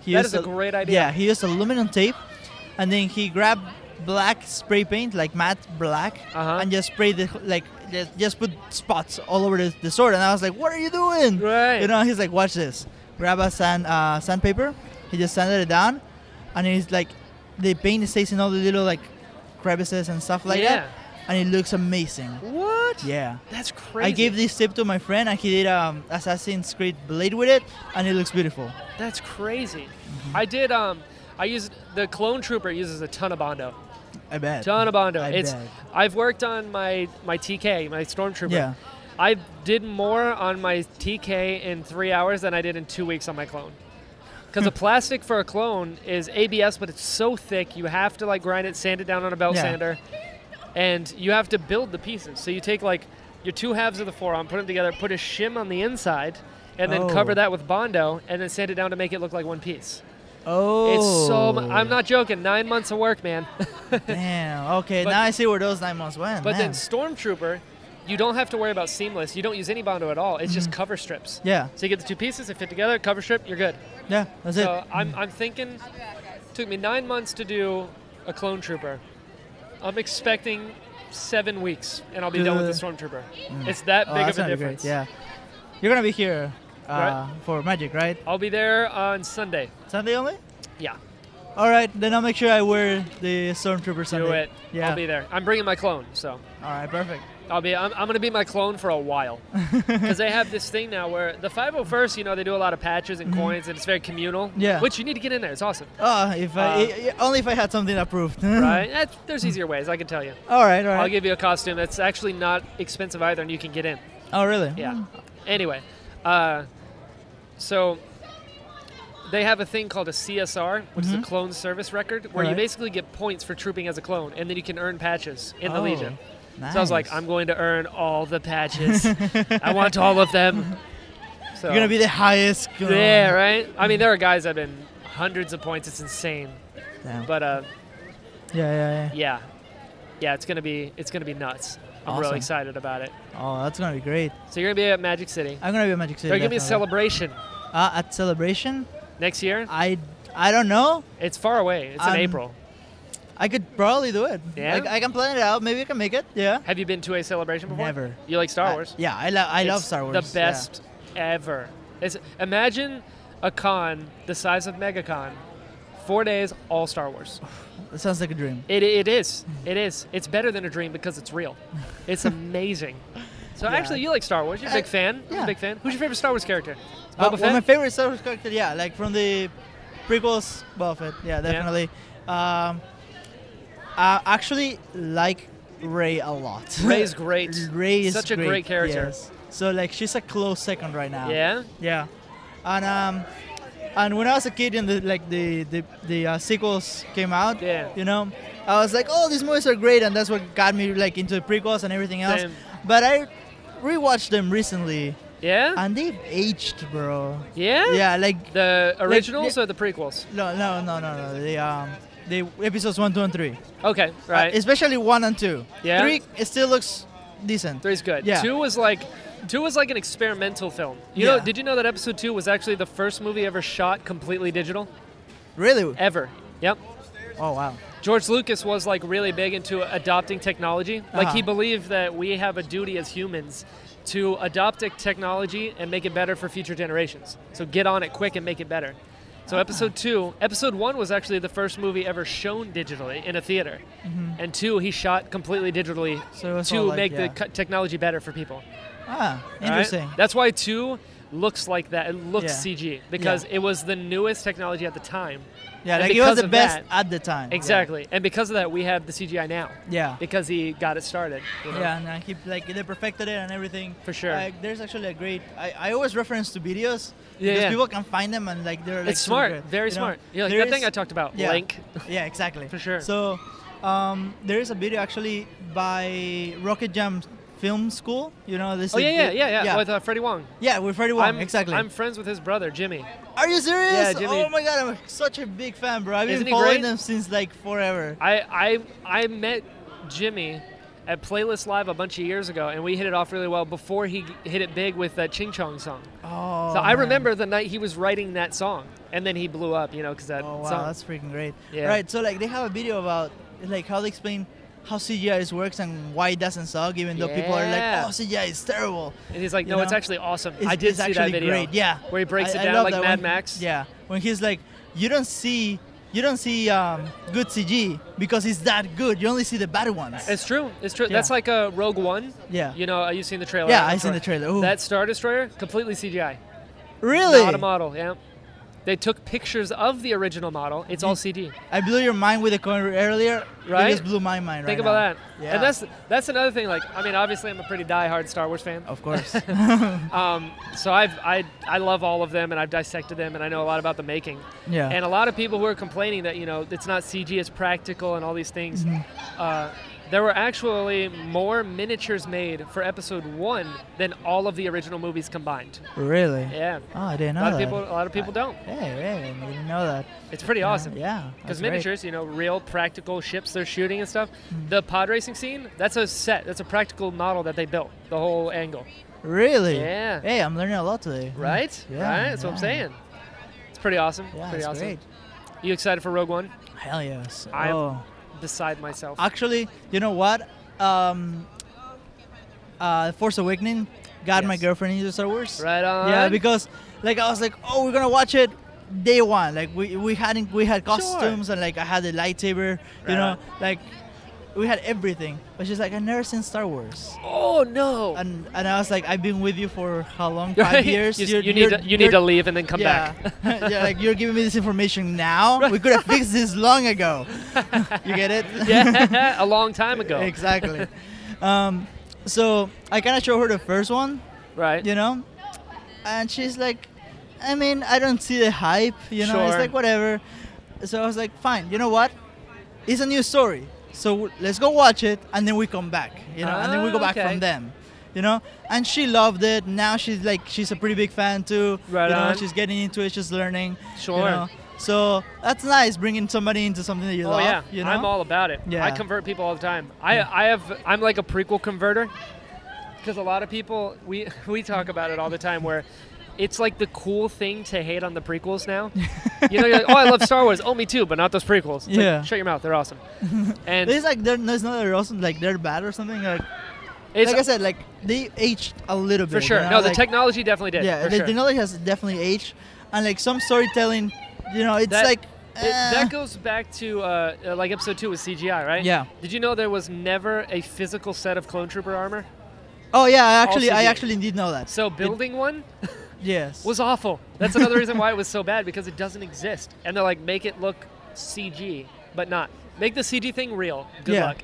S2: He
S1: That is
S2: used
S1: a
S2: al-
S1: great idea.
S2: Yeah, he used aluminum tape, and then he grabbed black spray paint, like matte black,
S1: Uh-huh.
S2: and just sprayed the like just, just put spots all over the, the sword. And I was like, "What are you doing?"
S1: Right.
S2: You know, he's like, "Watch this." Grab a sand uh, sandpaper. He just sanded it down, and it's like the paint stays in all the little like crevices and stuff like
S1: yeah.
S2: that, and it looks amazing.
S1: What?
S2: Yeah.
S1: That's crazy.
S2: I gave this tip to my friend, and he did um, Assassin's Creed Blade with it, and it looks beautiful.
S1: That's crazy.
S2: Mm-hmm.
S1: I did. Um, I used the clone trooper uses a ton of bondo.
S2: I bet.
S1: Ton of bondo.
S2: I
S1: it's.
S2: bet.
S1: I've worked on my my TK, my stormtrooper.
S2: Yeah.
S1: I did more on my TK in three hours than I did in two weeks on my clone. Because
S2: Hmm.
S1: the plastic for a clone is ABS, but it's so thick you have to like grind it, sand it down on a belt
S2: Yeah.
S1: sander, and you have to build the pieces. So you take like your two halves of the forearm, put them together, put a shim on the inside, and then
S2: Oh.
S1: cover that with bondo, and then sand it down to make it look like one piece.
S2: Oh,
S1: It's so. mu- I'm [LAUGHS] not joking. Nine months of work, man.
S2: Damn. Okay,
S1: But-
S2: now I see where those nine months went.
S1: But then
S2: man.
S1: stormtrooper, you don't have to worry about seamless. You don't use any bondo at all. It's just cover strips.
S2: Mm-hmm. yeah,
S1: So you get the two pieces, they fit together, cover strip, you're good.
S2: yeah, that's
S1: So
S2: it.
S1: I'm, I'm thinking, took me nine months to do a clone trooper. I'm expecting seven weeks, and I'll be done with the stormtrooper. It's that
S2: Oh,
S1: big
S2: that's
S1: of a
S2: gonna be great,
S1: difference.
S2: Yeah, you're gonna be here uh,
S1: Right.
S2: for Magic, right?
S1: I'll be there on Sunday.
S2: Sunday only.
S1: Yeah,
S2: All right, then I'll make sure I wear the Stormtrooper Sunday.
S1: do it.
S2: Yeah.
S1: I'll be there. I'm bringing my clone, so
S2: All right, perfect.
S1: I'll be. I'm, I'm gonna be my clone for a
S2: [LAUGHS]
S1: while because they have this thing now where the 501st, you know, they do a lot of patches and coins, and it's very communal.
S2: Mm-hmm. Yeah.
S1: which you need to get in there. It's awesome,
S2: Oh, if
S1: Uh,
S2: I, i- i- only if I had something approved. [LAUGHS]
S1: right? That's, there's easier ways. I can tell you.
S2: all right. All
S1: I'll
S2: right.
S1: give you a costume that's actually not expensive either, and you can get in.
S2: oh, really?
S1: Yeah. Anyway, uh, so they have a thing called a CSR, which is a
S2: Mhm.
S1: clone service record, where you
S2: Right.
S1: basically get points for trooping as a clone, and then you can earn patches in the
S2: Oh,
S1: Legion.
S2: Nice.
S1: So I was like, I'm going to earn all the
S2: [LAUGHS]
S1: patches. I want all of them. So
S2: You're gonna be the highest.
S1: yeah, right. I mean, there are guys that have been hundreds of points. It's insane.
S2: Damn.
S1: But uh,
S2: yeah, yeah, yeah.
S1: yeah, yeah, it's gonna be it's gonna be nuts. I'm
S2: Awesome.
S1: really excited about it.
S2: Oh, that's gonna be great.
S1: So you're gonna be at Magic City.
S2: I'm gonna be at Magic City.
S1: They're gonna be a
S2: definitely.
S1: celebration
S2: Uh, at celebration,
S1: next year.
S2: I I don't know.
S1: It's far away. It's
S2: Um,
S1: in April.
S2: I could probably do it.
S1: Yeah?
S2: Like, I can plan it out. Maybe I can make it. Yeah.
S1: Have you been to a celebration before?
S2: Never.
S1: You like Star
S2: I-
S1: Wars?
S2: yeah, I, lo- I love
S1: It's
S2: Star Wars.
S1: The best ever. It's, imagine a con the size of MegaCon, four days, all Star Wars.
S2: Yeah. It sounds like a dream.
S1: It, it is. It is. It's better than a dream because it's real.
S2: [LAUGHS]
S1: It's amazing. So
S2: Yeah.
S1: actually, you like Star Wars? You're a big
S2: I-
S1: fan. You're
S2: yeah.
S1: a big fan. Who's your favorite Star Wars character? It's
S2: Uh,
S1: Boba
S2: well, my
S1: Fett.
S2: favorite Star Wars character, yeah, like from the prequels, Boba Fett. Yeah, definitely. Um, I actually like Ray
S1: [LAUGHS]
S2: a lot.
S1: Rey's great.
S2: [LAUGHS] Ray is
S1: Such a great character.
S2: yes. So like she's a close second right now.
S1: yeah.
S2: Yeah, and um, and when I was a kid and the like the the, the uh, sequels came out,
S1: Yeah.
S2: you know, I was like, oh, these movies are great, and that's what got me like into the prequels and everything else.
S1: Same.
S2: But I rewatched them recently,
S1: Yeah.
S2: and they've aged, bro.
S1: yeah.
S2: Yeah, like
S1: The originals
S2: the-
S1: or the prequels?
S2: no, no, no, no, no. The um, the episodes one, two, and three.
S1: Okay. Right.
S2: Uh, especially one and two.
S1: Yeah.
S2: Three, it still looks decent.
S1: Three's good.
S2: Yeah.
S1: Two was like two was like an experimental film. You know,
S2: Yeah.
S1: did you know that episode two was actually the first movie ever shot completely digital?
S2: Really?
S1: Ever. Yep.
S2: Oh wow.
S1: George Lucas was like really big into adopting technology. Like
S2: Uh-huh.
S1: he believed that we have a duty as humans to adopt a technology and make it better for future generations. So get on it quick and make it better.
S2: Uh-huh.
S1: So episode two, episode one was actually the first movie ever shown digitally in a theater, and two he shot completely digitally
S2: Mm-hmm. So it was
S1: to
S2: all like-
S1: make
S2: yeah.
S1: the cu- technology better for people.
S2: Ah,
S1: All right?
S2: interesting.
S1: That's why two looks like that. It looks
S2: Yeah.
S1: CG because
S2: Yeah.
S1: it was the newest technology at the time.
S2: Yeah,
S1: And
S2: like it was
S1: because
S2: the
S1: of
S2: best
S1: that-
S2: at the time. Yeah.
S1: Exactly. And because of that, we have the CGI now
S2: Yeah.
S1: because he got it started. you know?
S2: Yeah, and uh, he like they perfected it and everything.
S1: For sure.
S2: Like, there's actually a great. I, I always reference to videos
S1: Yeah,
S2: because
S1: yeah.
S2: people can find them and like they're like.
S1: it's
S2: super
S1: smart.
S2: good,
S1: Very
S2: you know?
S1: smart. Yeah, like
S2: There
S1: that thing
S2: is-
S1: I talked about,
S2: yeah.
S1: Link.
S2: [LAUGHS] yeah, exactly.
S1: For sure.
S2: So, um, there is a video actually by Rocket Jam Film School. You know this.
S1: Oh, yeah, yeah, yeah, yeah.
S2: yeah.
S1: With uh, Freddie Wong.
S2: Yeah, with Freddie Wong.
S1: I'm,
S2: exactly.
S1: I'm friends with his brother, Jimmy.
S2: Are you serious?
S1: Yeah, Jimmy-
S2: Oh my god, I'm such a big fan, bro. I've
S1: Isn't
S2: been
S1: he
S2: following
S1: great?
S2: them since like forever.
S1: I, I, I met Jimmy at Playlist Live a bunch of years ago, and we hit it off really well before he g- hit it big with that Ching Chong song.
S2: Oh.
S1: So I
S2: man.
S1: remember the night he was writing that song, and then he blew up, you know, because that
S2: Oh wow,
S1: song.
S2: that's freaking great.
S1: Yeah.
S2: Right, so like they have a video about like how they explain how CGI is works and why it doesn't suck, even though people are
S1: Yeah.
S2: like, "Oh, CGI is terrible."
S1: and he's like,
S2: you
S1: "No, it's
S2: know,
S1: actually awesome.
S2: It's,
S1: I did
S2: it's
S1: see
S2: actually
S1: that video.
S2: great. Yeah,
S1: where he breaks
S2: I-
S1: it
S2: I
S1: down
S2: love
S1: like
S2: that
S1: Mad
S2: when-
S1: Max.
S2: Yeah, when he's like, "You don't see, you don't see um, good CG because it's that good. You only see the bad ones."
S1: It's true. It's true.
S2: Yeah.
S1: That's like a Rogue One.
S2: Yeah.
S1: You know, uh, you seen the trailer?
S2: yeah,
S1: I'm
S2: I
S1: sure.
S2: seen the trailer. Ooh.
S1: That Star Destroyer completely CGI.
S2: really.
S1: Not a model. Yeah. They took pictures of the original model. It's all CD.
S2: I blew your mind with the coin earlier.
S1: Right?
S2: It just blew my mind.
S1: Think
S2: right
S1: about
S2: now.
S1: that.
S2: Yeah.
S1: And that's that's another thing. Like, I mean, obviously, I'm a pretty die-hard Star Wars fan. [LAUGHS]
S2: of course. [LAUGHS]
S1: Um, so I've I I love all of them, and I've dissected them, and I know a lot about the making.
S2: yeah.
S1: And a lot of people who are complaining that you know it's not CG, it's practical, and all these things.
S2: Mm-hmm.
S1: Uh, there were actually more miniatures made for Episode One than all of the original movies combined.
S2: really.
S1: Yeah,
S2: Oh, I didn't
S1: a
S2: know
S1: lot of
S2: that.
S1: people a lot of people don't.
S2: Hey, hey, I didn't know that.
S1: It's pretty awesome.
S2: Yeah.
S1: Because
S2: that's great.
S1: miniatures, you know, real practical ships they're shooting and stuff.
S2: Mm-hmm.
S1: The pod racing scene, that's a set, that's a practical model that they built, the whole angle.
S2: Really?
S1: Yeah.
S2: Hey, I'm learning a lot today.
S1: Right?
S2: Mm-hmm. Yeah.
S1: right? That's what I'm
S2: yeah.
S1: saying. It's pretty awesome.
S2: Yeah,
S1: pretty
S2: it's
S1: awesome.
S2: great.
S1: You excited for Rogue One?
S2: Hell yes.
S1: I'm-
S2: oh.
S1: Beside myself.
S2: Actually, you know what? Um, uh, Force Awakening got my
S1: Yes.
S2: girlfriend into Star Wars.
S1: right on.
S2: Yeah, because like I was like, oh, we're gonna watch it day one. Like we we hadn't we had
S1: Sure.
S2: costumes and like I had the
S1: Right
S2: lightsaber. You
S1: on.
S2: know, like we had everything. But she's like, I've never seen Star Wars.
S1: Oh no.
S2: and and I was like, I've been with you for how long?
S1: [LAUGHS] Right?
S2: Five years.
S1: You, s-
S2: You're-
S1: you need
S2: you're-
S1: to, you need to
S2: you're-
S1: leave and then come
S2: yeah.
S1: back.
S2: [LAUGHS] yeah, like you're giving me this information now. We could have fixed this long
S1: [LAUGHS]
S2: ago. [LAUGHS] you get it?
S1: [LAUGHS]
S2: [LAUGHS]
S1: yeah, a long time ago.
S2: exactly. Um, so I kind of show her the first one,
S1: Right.
S2: you know, and she's like, I mean, I don't see the hype, you know. It's
S1: Sure.
S2: like whatever. So I was like, fine. You know what? It's a new story. So w- let's go watch it, and then we come back, you know, and then we
S1: Ah,
S2: go back
S1: okay.
S2: from them, you know. And she loved it. Now she's like, she's a pretty big fan too.
S1: Right
S2: you know,
S1: on.
S2: she's getting into it. She's learning. you
S1: Sure.
S2: know. So that's nice, bringing somebody into something that you
S1: Oh
S2: love.
S1: yeah,
S2: you know?
S1: I'm all about it.
S2: Yeah.
S1: I convert people all the time. I, I have I'm like a prequel converter because a lot of people we [LAUGHS] we talk about it all the time where it's like the cool thing to hate on the prequels
S2: [LAUGHS]
S1: now. you know, you're like, oh, I love Star Wars. Oh, me too, but not those prequels. It's like,
S2: Yeah.
S1: shut your mouth. They're
S2: [LAUGHS]
S1: awesome. And
S2: It's like they're, it's not they're awesome, like they're bad or something. Like,
S1: it's
S2: like I said, like they aged a little bit.
S1: for sure.
S2: you know,
S1: No, the
S2: like-
S1: technology definitely did.
S2: Yeah,
S1: for
S2: the
S1: sure.
S2: technology has definitely aged, and like some storytelling, you know, it's
S1: That-
S2: like
S1: It-
S2: eh.
S1: that goes back to uh, uh, like episode two was CGI, right?
S2: Yeah.
S1: Did you know there was never a physical set of clone trooper armor?
S2: oh yeah, I actually,
S1: also
S2: I
S1: did.
S2: actually did know that.
S1: So building one
S2: yes.
S1: was awful. That's another reason why it was so bad because it doesn't exist. And they're like, make it look CG, but not. Make the CG thing real. Good
S2: Yeah.
S1: luck.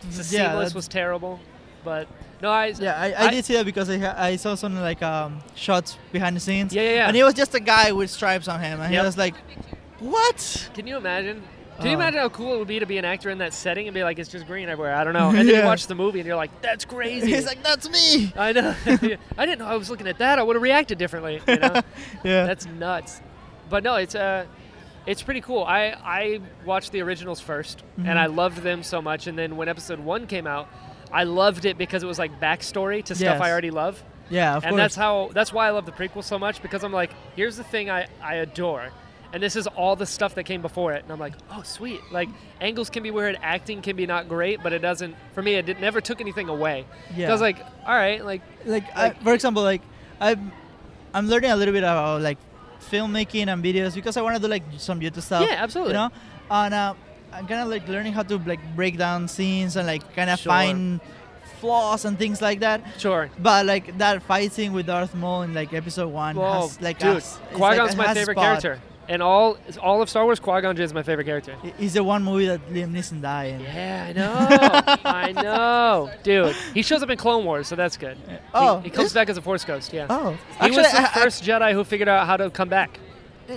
S1: The
S2: yeah,
S1: seamless
S2: that's-
S1: was terrible, but no, I
S2: Yeah, I, I, did see that because I, ha- I saw some like um, shots behind the scenes.
S1: Yeah, yeah, yeah.
S2: And it was just a guy with stripes on him, and
S1: Yep.
S2: he was like, "What?
S1: Can you imagine? Can you
S2: Oh.
S1: imagine how cool it would be to be an actor in that setting and be like, it's just green everywhere. I don't know. And then you
S2: [LAUGHS] Yeah.
S1: watch the movie and you're like, that's crazy. Oh,
S2: He's like, that's me."
S1: I know. [LAUGHS] I didn't know I was looking at that. I would have reacted differently. You
S2: [LAUGHS]
S1: know?
S2: Yeah.
S1: That's nuts. But no, it's uh, it's pretty cool. I I watched the originals 1st and I
S2: Mm-hmm.
S1: loved them so much. And then when episode one came out, I loved it because it was like backstory to stuff
S2: Yes.
S1: I already love.
S2: yeah, of
S1: and
S2: course.
S1: that's how that's why I love the prequel so much because I'm like, here's the thing I I adore. and this is all the stuff that came before it. And I'm like, oh, sweet. Like, angles can be weird, acting can be not great, but it doesn't, for me, it, it never took anything away. 'Cause
S2: Yeah.
S1: I was like, all right, like,
S2: like, I, for example, like I'm I'm learning a little bit about like filmmaking and videos because I want to do like some YouTube stuff.
S1: yeah, absolutely.
S2: You know, and uh, I'm kind of like learning how to like break down scenes and like kind of
S1: Sure.
S2: find flaws and things like that.
S1: Sure.
S2: But like that fight scene with Darth Maul in like episode one
S1: Whoa,
S2: has like
S1: dude,
S2: has- it's, like,
S1: Qui Gon's
S2: it
S1: my
S2: has
S1: favorite
S2: spot.
S1: character, and all all of Star Wars, Qui Gon Jinn is my favorite character.
S2: I- It's the one movie that Liam Neeson died in.
S1: Yeah, [LAUGHS] I know, I know, dude. He shows up in Clone Wars, so that's good. He-
S2: Oh,
S1: he, comes
S2: is-
S1: back as a Force ghost. Yeah,
S2: Oh,
S1: he
S2: actually,
S1: was the
S2: I- I-
S1: first Jedi who figured out how to come back.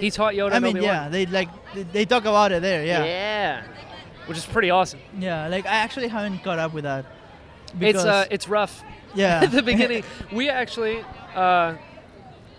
S1: He taught Yoda.
S2: I,
S1: and
S2: mean,
S1: Obi-Wan.
S2: yeah, they like they, they talk about it there. Yeah. yeah,
S1: yeah, which is pretty awesome.
S2: Like I actually haven't caught up with that.
S1: it's uh, it's rough [LAUGHS]
S2: yeah,
S1: at the beginning. We actually, uh, all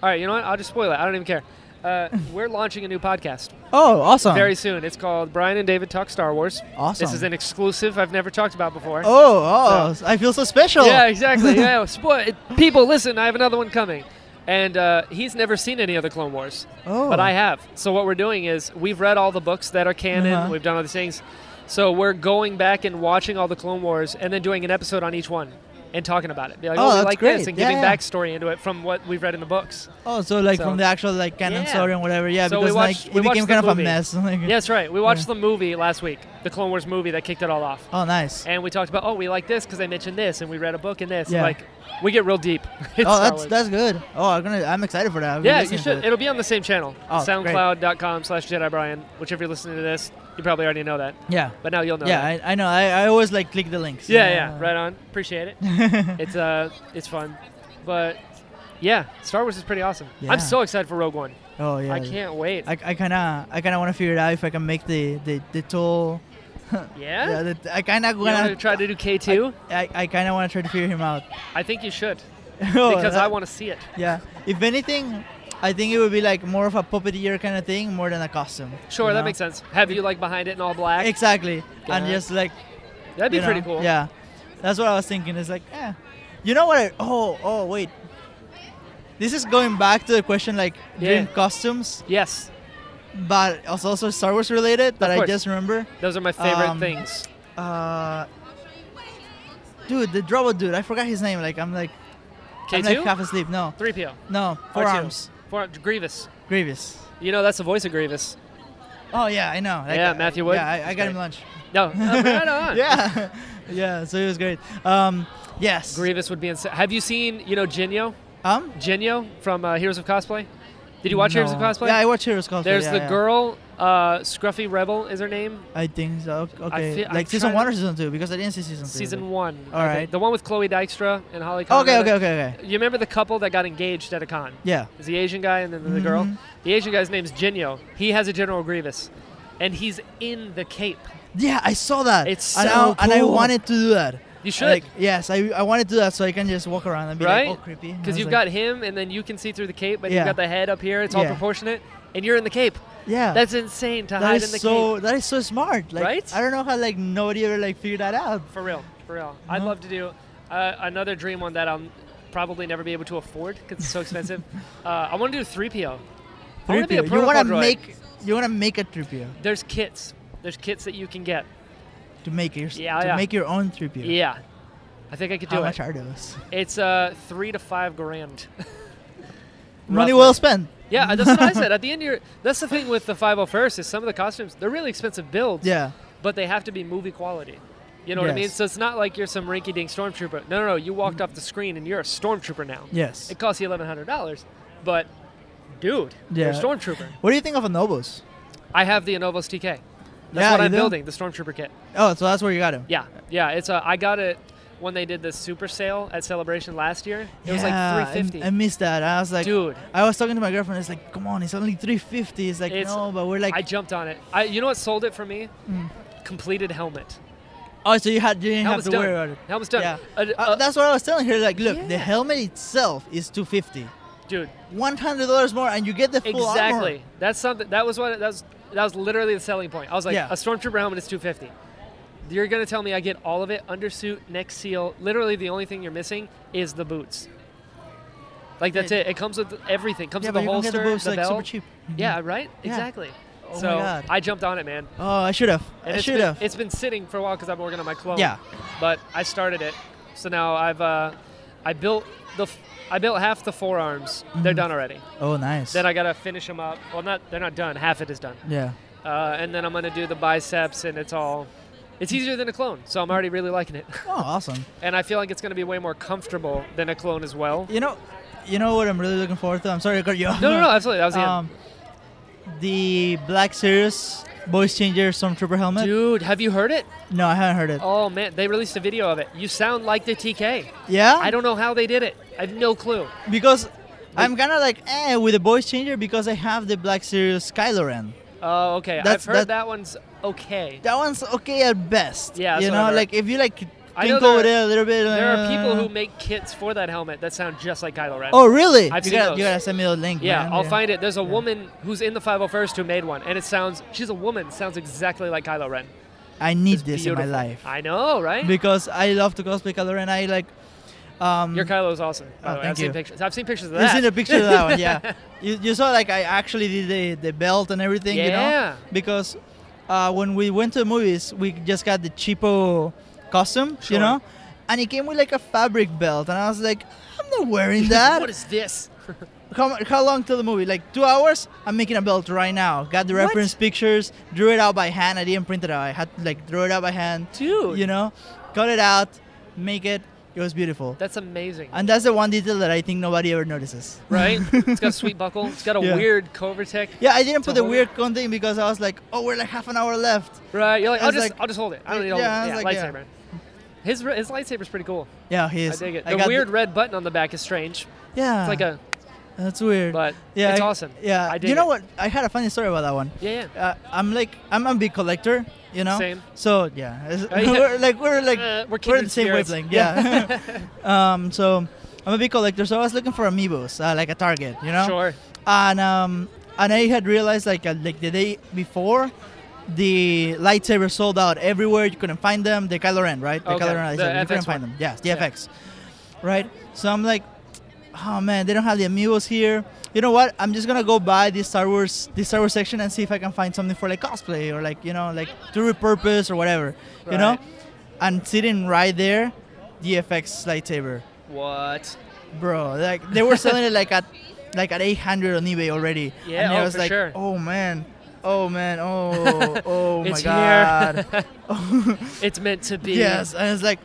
S1: right, you know what? I'll just spoil it. I don't even care. Uh, we're launching a new podcast
S2: [LAUGHS] oh, awesome!
S1: very soon. It's called Brian and David Talk Star Wars.
S2: awesome.
S1: This is an exclusive I've never talked about before.
S2: oh, oh, I feel so special.
S1: Yeah,
S2: [LAUGHS]
S1: exactly. yeah, spoil. People, listen, I have another one coming. And uh, he's never seen any of the Clone Wars,
S2: Oh,
S1: but I have. So what we're doing is we've read all the books that are canon.
S2: Uh-huh.
S1: We've done all these things. So we're going back and watching all the Clone Wars, and then doing an episode on each one and talking about it. Be like,
S2: Oh,
S1: oh, we
S2: that's
S1: like this,
S2: great.
S1: and
S2: Yeah,
S1: giving
S2: yeah.
S1: backstory into it from what we've read in the books.
S2: Oh, so like
S1: So-
S2: from the actual like canon
S1: Yeah.
S2: story and whatever. Yeah,
S1: So we
S2: because
S1: watched-
S2: like
S1: we
S2: it became
S1: watched the
S2: kind of a
S1: movie.
S2: mess. [LAUGHS] like,
S1: Yeah, that's right. We watched
S2: Yeah.
S1: the movie last week, the Clone Wars movie that kicked it all off.
S2: Oh, nice.
S1: and we talked about oh we like this because they mentioned this and we read a book and this
S2: Yeah.
S1: like we get real deep [LAUGHS] It's
S2: oh,
S1: Star
S2: that's
S1: Wars.
S2: that's good. Oh, I'm gonna. I'm excited for that. I've been
S1: yeah you
S2: listening to
S1: should
S2: it.
S1: it'll be on the same channel
S2: Oh, great.
S1: soundcloud.com slash jedi brian whichever you're listening to this you probably already know that
S2: Yeah.
S1: but now you'll know
S2: yeah,
S1: that.
S2: I, I know. I, I always like click the links.
S1: yeah yeah right on appreciate
S2: [LAUGHS]
S1: it it's uh it's fun but yeah star wars is pretty awesome
S2: Yeah.
S1: i'm so excited for rogue one
S2: oh yeah.
S1: i can't wait
S2: I, I kind of I kind of want to figure it out if I can make the the the toll.
S1: yeah,
S2: Yeah, the, I kind of
S1: you want to
S2: wanna
S1: try to do k2
S2: I, I kind of want to try to figure him out.
S1: i, think you should
S2: [LAUGHS] Oh,
S1: because
S2: that-
S1: i want to see it
S2: Yeah. If anything, I think it would be like more of a puppeteer kind of thing, more than a costume.
S1: sure
S2: you
S1: that
S2: know?
S1: makes sense have you like behind it in all black
S2: Exactly. And
S1: Yeah.
S2: just like
S1: that'd be
S2: you
S1: pretty
S2: know,
S1: cool
S2: Yeah, that's what I was thinking. It's like, eh. you know what? I, oh, oh, wait. This is going back to the question like dream
S1: Yeah.
S2: costumes,
S1: yes
S2: but it's also Star Wars related that I
S1: course.
S2: just remember.
S1: Those are my favorite
S2: Um,
S1: things.
S2: Uh, dude, the robot dude. I forgot his name. Like I'm like I'm like half
S1: K2?
S2: asleep. No,
S1: 3PO.
S2: no, forearms,
S1: Four, Grievous.
S2: Grievous.
S1: You know, that's the voice of Grievous.
S2: Oh yeah, I know. Like,
S1: Yeah,
S2: I-
S1: Matthew Wood.
S2: Yeah, I, I
S1: That's
S2: got him
S1: great.
S2: lunch. [LAUGHS]
S1: No, [LAUGHS] uh, right on.
S2: Yeah, yeah. So it was great. Um, yes.
S1: Grievous would be insane. Have you seen, you know, Jinyo?
S2: Um.
S1: Jinyo from uh, Heroes of Cosplay? Did you watch Heroes of
S2: no.
S1: Cosplay?
S2: Yeah, I watch Heroes of Cosplay.
S1: There's
S2: yeah,
S1: the
S2: yeah.
S1: girl, uh, Scruffy Rebel is her name.
S2: I think so. Ok- Okay.
S1: feel- I'm
S2: like season
S1: trying
S2: one
S1: to-
S2: or season two? Because I didn't see season two.
S1: Season one.
S2: All
S1: I think.
S2: right.
S1: The one with Chloe Dykstra and Holly Conrad.
S2: Okay, okay, okay, okay.
S1: You remember the couple that got engaged at a con?
S2: Yeah.
S1: Is the Asian guy and then the girl?
S2: Mhm.
S1: The Asian guy's name's Jinyo. He has a General Grievous, and he's in the cape.
S2: Yeah, I saw that.
S1: It's
S2: and
S1: so
S2: I, And I
S1: cool.
S2: wanted to do that.
S1: You should.
S2: Like, yes, I, I wanted to do that so I can just walk around and be
S1: Right?
S2: like, oh, creepy. And I
S1: Because
S2: was
S1: you've
S2: like,
S1: got him, and then you can see through the cape, but
S2: Yeah.
S1: you've got the head up here. It's all
S2: Yeah.
S1: proportionate, and you're in the cape.
S2: yeah.
S1: That's insane to
S2: that
S1: hide in
S2: is
S1: the
S2: so
S1: cape.
S2: that is so smart. Like,
S1: Right?
S2: I don't know how like nobody ever like figured that out.
S1: For real, for real. I'd
S2: Mhm.
S1: love to do uh, another dream one that I'll probably never be able to afford because it's so
S2: [LAUGHS]
S1: expensive. uh, I want to do three PO. I wanna be a
S2: 3PO. You wanna
S1: protocol droid.
S2: make you want to make a 3PO
S1: There's kits. There's kits that you can get.
S2: to make your
S1: Yeah,
S2: to
S1: yeah.
S2: make your own
S1: Yeah.
S2: 3PO.
S1: I think I could do
S2: How
S1: it.
S2: much are those?
S1: It's uh, three to five grand. [LAUGHS]
S2: Money
S1: Roughly.
S2: well spent.
S1: yeah, that's what I said. At the end, you're, that's the thing with the 501st is some of the costumes, they're really expensive builds.
S2: Yeah.
S1: but they have to be movie quality. You know what I mean?
S2: Yes.
S1: So it's not like you're some rinky-dink stormtrooper. No, no, no. You walked off the screen and you're a stormtrooper now.
S2: Yes.
S1: It costs you eleven hundred dollars, but dude, you're a
S2: Yeah.
S1: stormtrooper.
S2: What do you think of Anobos?
S1: I have the Anovos TK. That's
S2: Yeah,
S1: what
S2: you
S1: I'm
S2: do?
S1: building, the stormtrooper kit.
S2: Oh, so that's where you got him.
S1: Yeah, yeah. It's uh, I got it when they did the super sale at Celebration last year. It was
S2: Yeah,
S1: like three
S2: I-
S1: fifty.
S2: I, missed that. I was like,
S1: Dude.
S2: I was talking to my girlfriend. It's like, come on, it's only 350. It's like,
S1: It's-
S2: no, but we're like,
S1: I jumped on it. I, you know what sold it for me?
S2: Mm.
S1: Completed helmet.
S2: oh, so you had you didn't have
S1: Helmet's
S2: to
S1: done.
S2: worry about it.
S1: Helmet's done.
S2: Yeah.
S1: Uh,
S2: Uh,
S1: uh,
S2: that's what I was telling her. Like, look, the
S1: Yeah.
S2: helmet itself is 250,
S1: dude,
S2: 100 dollars more, and you get the full armor.
S1: Exactly. That's something. That was what. That was that was literally the selling point. I was like,
S2: Yeah.
S1: a stormtrooper helmet is two fifty. You're gonna tell me I get all of it: undersuit, neck seal. Literally, the only thing you're missing is the boots. Like that's it. It comes with everything. Comes
S2: yeah,
S1: with
S2: but
S1: the
S2: you can get
S1: holster,
S2: the boots like
S1: belt.
S2: super cheap. Mm-hmm.
S1: Yeah, right.
S2: Yeah.
S1: Exactly.
S2: Oh my
S1: so
S2: God.
S1: I jumped on it, man.
S2: Oh, I should have.
S1: And
S2: I
S1: it's
S2: should
S1: been,
S2: have.
S1: it's been sitting for a while because I'm working on my clone.
S2: Yeah.
S1: But I started it, so now I've uh, I built the f- I built half the forearms. They're
S2: Mhm.
S1: done already.
S2: Oh, nice.
S1: Then I gotta finish them up. Well, not they're not done. Half it is done.
S2: yeah.
S1: Uh, and then I'm gonna do the biceps, and it's all. It's easier than a clone, so I'm already really liking it. [LAUGHS]
S2: Oh, awesome.
S1: And I feel like it's gonna be way more comfortable than a clone as well.
S2: You know, you know what I'm really looking forward to. I'm sorry, I cut you off.
S1: No, no, no, absolutely. That was the end.
S2: Um, the Black Series voice changer stormtrooper helmet.
S1: Dude, have you heard it?
S2: No, I haven't heard it.
S1: Oh man, they released a video of it. You sound like the TK.
S2: yeah,
S1: I don't know how they did it. I have no clue.
S2: because I'm kind of like eh with the voice changer because I have the Black Series Kylo Ren.
S1: Oh, okay. I've
S2: That's-
S1: heard that,
S2: that-
S1: one's okay.
S2: That one's okay at best.
S1: Yeah, that's
S2: you
S1: what I
S2: know,
S1: heard.
S2: like if you like
S1: I know
S2: tinkle
S1: there-
S2: with it a little bit.
S1: There are
S2: uh,
S1: people who make kits for that helmet that sound just like Kylo Ren.
S2: Oh really?
S1: I've
S2: you
S1: seen
S2: gotta
S1: those.
S2: you gotta send me the link.
S1: yeah,
S2: man.
S1: I'll find it. There's a woman who's in the 501st who made one, and it sounds she's a woman. Sounds exactly like Kylo Ren.
S2: I need
S1: It's
S2: this in
S1: beautiful.
S2: my life
S1: I know, right?
S2: because I love to cosplay Kylo Ren. I like. Um,
S1: Your Kylo's awesome. by
S2: Oh,
S1: the way. I've
S2: thank
S1: seen
S2: you.
S1: pictures. I've seen pictures of
S2: You
S1: that.
S2: seen the picture
S1: [LAUGHS]
S2: of that one, yeah. You, you saw like I actually did the, the belt and everything, you
S1: Yeah.
S2: know? Because uh, when we went to the movies, we just got the cheapo costume,
S1: Sure.
S2: you know? And it came with like a fabric belt, and I was like, I'm
S1: [LAUGHS]
S2: not wearing that.
S1: what is this? [LAUGHS]
S2: how, mu- how long till the movie? Like two hours? I'm making a belt right now. Got the
S1: What?
S2: reference pictures, drew it out by hand. I didn't print it out. I had to like draw it out by hand,
S1: Dude,
S2: you know? Cut it out, make it. It was beautiful.
S1: that's amazing.
S2: And that's the one detail that I think nobody ever notices.
S1: right? It's got a
S2: [LAUGHS]
S1: sweet buckle. It's got a
S2: Yeah.
S1: weird Covertech.
S2: Yeah, I didn't
S1: to
S2: put the
S1: hold
S2: weird con thing because I was like, oh, we're like half an hour left.
S1: Right? You're like,
S2: I
S1: I'll
S2: was
S1: just,
S2: like-
S1: I'll just hold it. I don't need a
S2: Yeah, I
S1: yeah,
S2: was like, yeah.
S1: lightsaber. His re- his lightsaber's pretty cool.
S2: Yeah, he is.
S1: I dig it.
S2: I
S1: The
S2: got Uh-huh.
S1: weird red button on the back is strange.
S2: yeah,
S1: It's like a,
S2: That's weird.
S1: but
S2: yeah,
S1: it's
S2: I-
S1: awesome.
S2: Yeah,
S1: I dig
S2: you know
S1: it.
S2: what? I had a funny story about that one.
S1: Yeah, yeah.
S2: Uh, I'm like, I'm a big collector. You know.
S1: Same.
S2: So yeah, [LAUGHS] it's-
S1: Oh, yeah.
S2: we're like we're like
S1: Uh, we're
S2: we're in
S1: kindred
S2: the same
S1: spirits. [LAUGHS]
S2: wavelength. Yeah. [LAUGHS] um. So I'm a big collector, so I was looking for amiibos, uh, like a target. You know.
S1: Sure.
S2: and um, and I had realized like uh, like the day before, the lightsaber sold out everywhere. You couldn't find them. The Kylo Ren, right? The
S1: Okay,
S2: Kylo Ren
S1: the
S2: lightsaber. you couldn't
S1: FX
S2: find
S1: one.
S2: them. Yes, the
S1: Yeah.
S2: FX, right? So I'm like, oh man, they don't have the amiibos here. You know what? I'm just gonna go buy the Star Wars, the Star Wars section, and see if I can find something for like cosplay or like you know like to repurpose or whatever. You know,
S1: Right.
S2: and sitting right there, the FX lightsaber
S1: What?
S2: bro like they were selling it like at like at 800 on ebay already
S1: Yeah,
S2: and
S1: oh,
S2: i was
S1: for
S2: like
S1: sure.
S2: oh man oh
S1: [LAUGHS]
S2: man oh oh my
S1: It's
S2: god
S1: [LAUGHS] here. It's meant to be.
S2: yes and it's like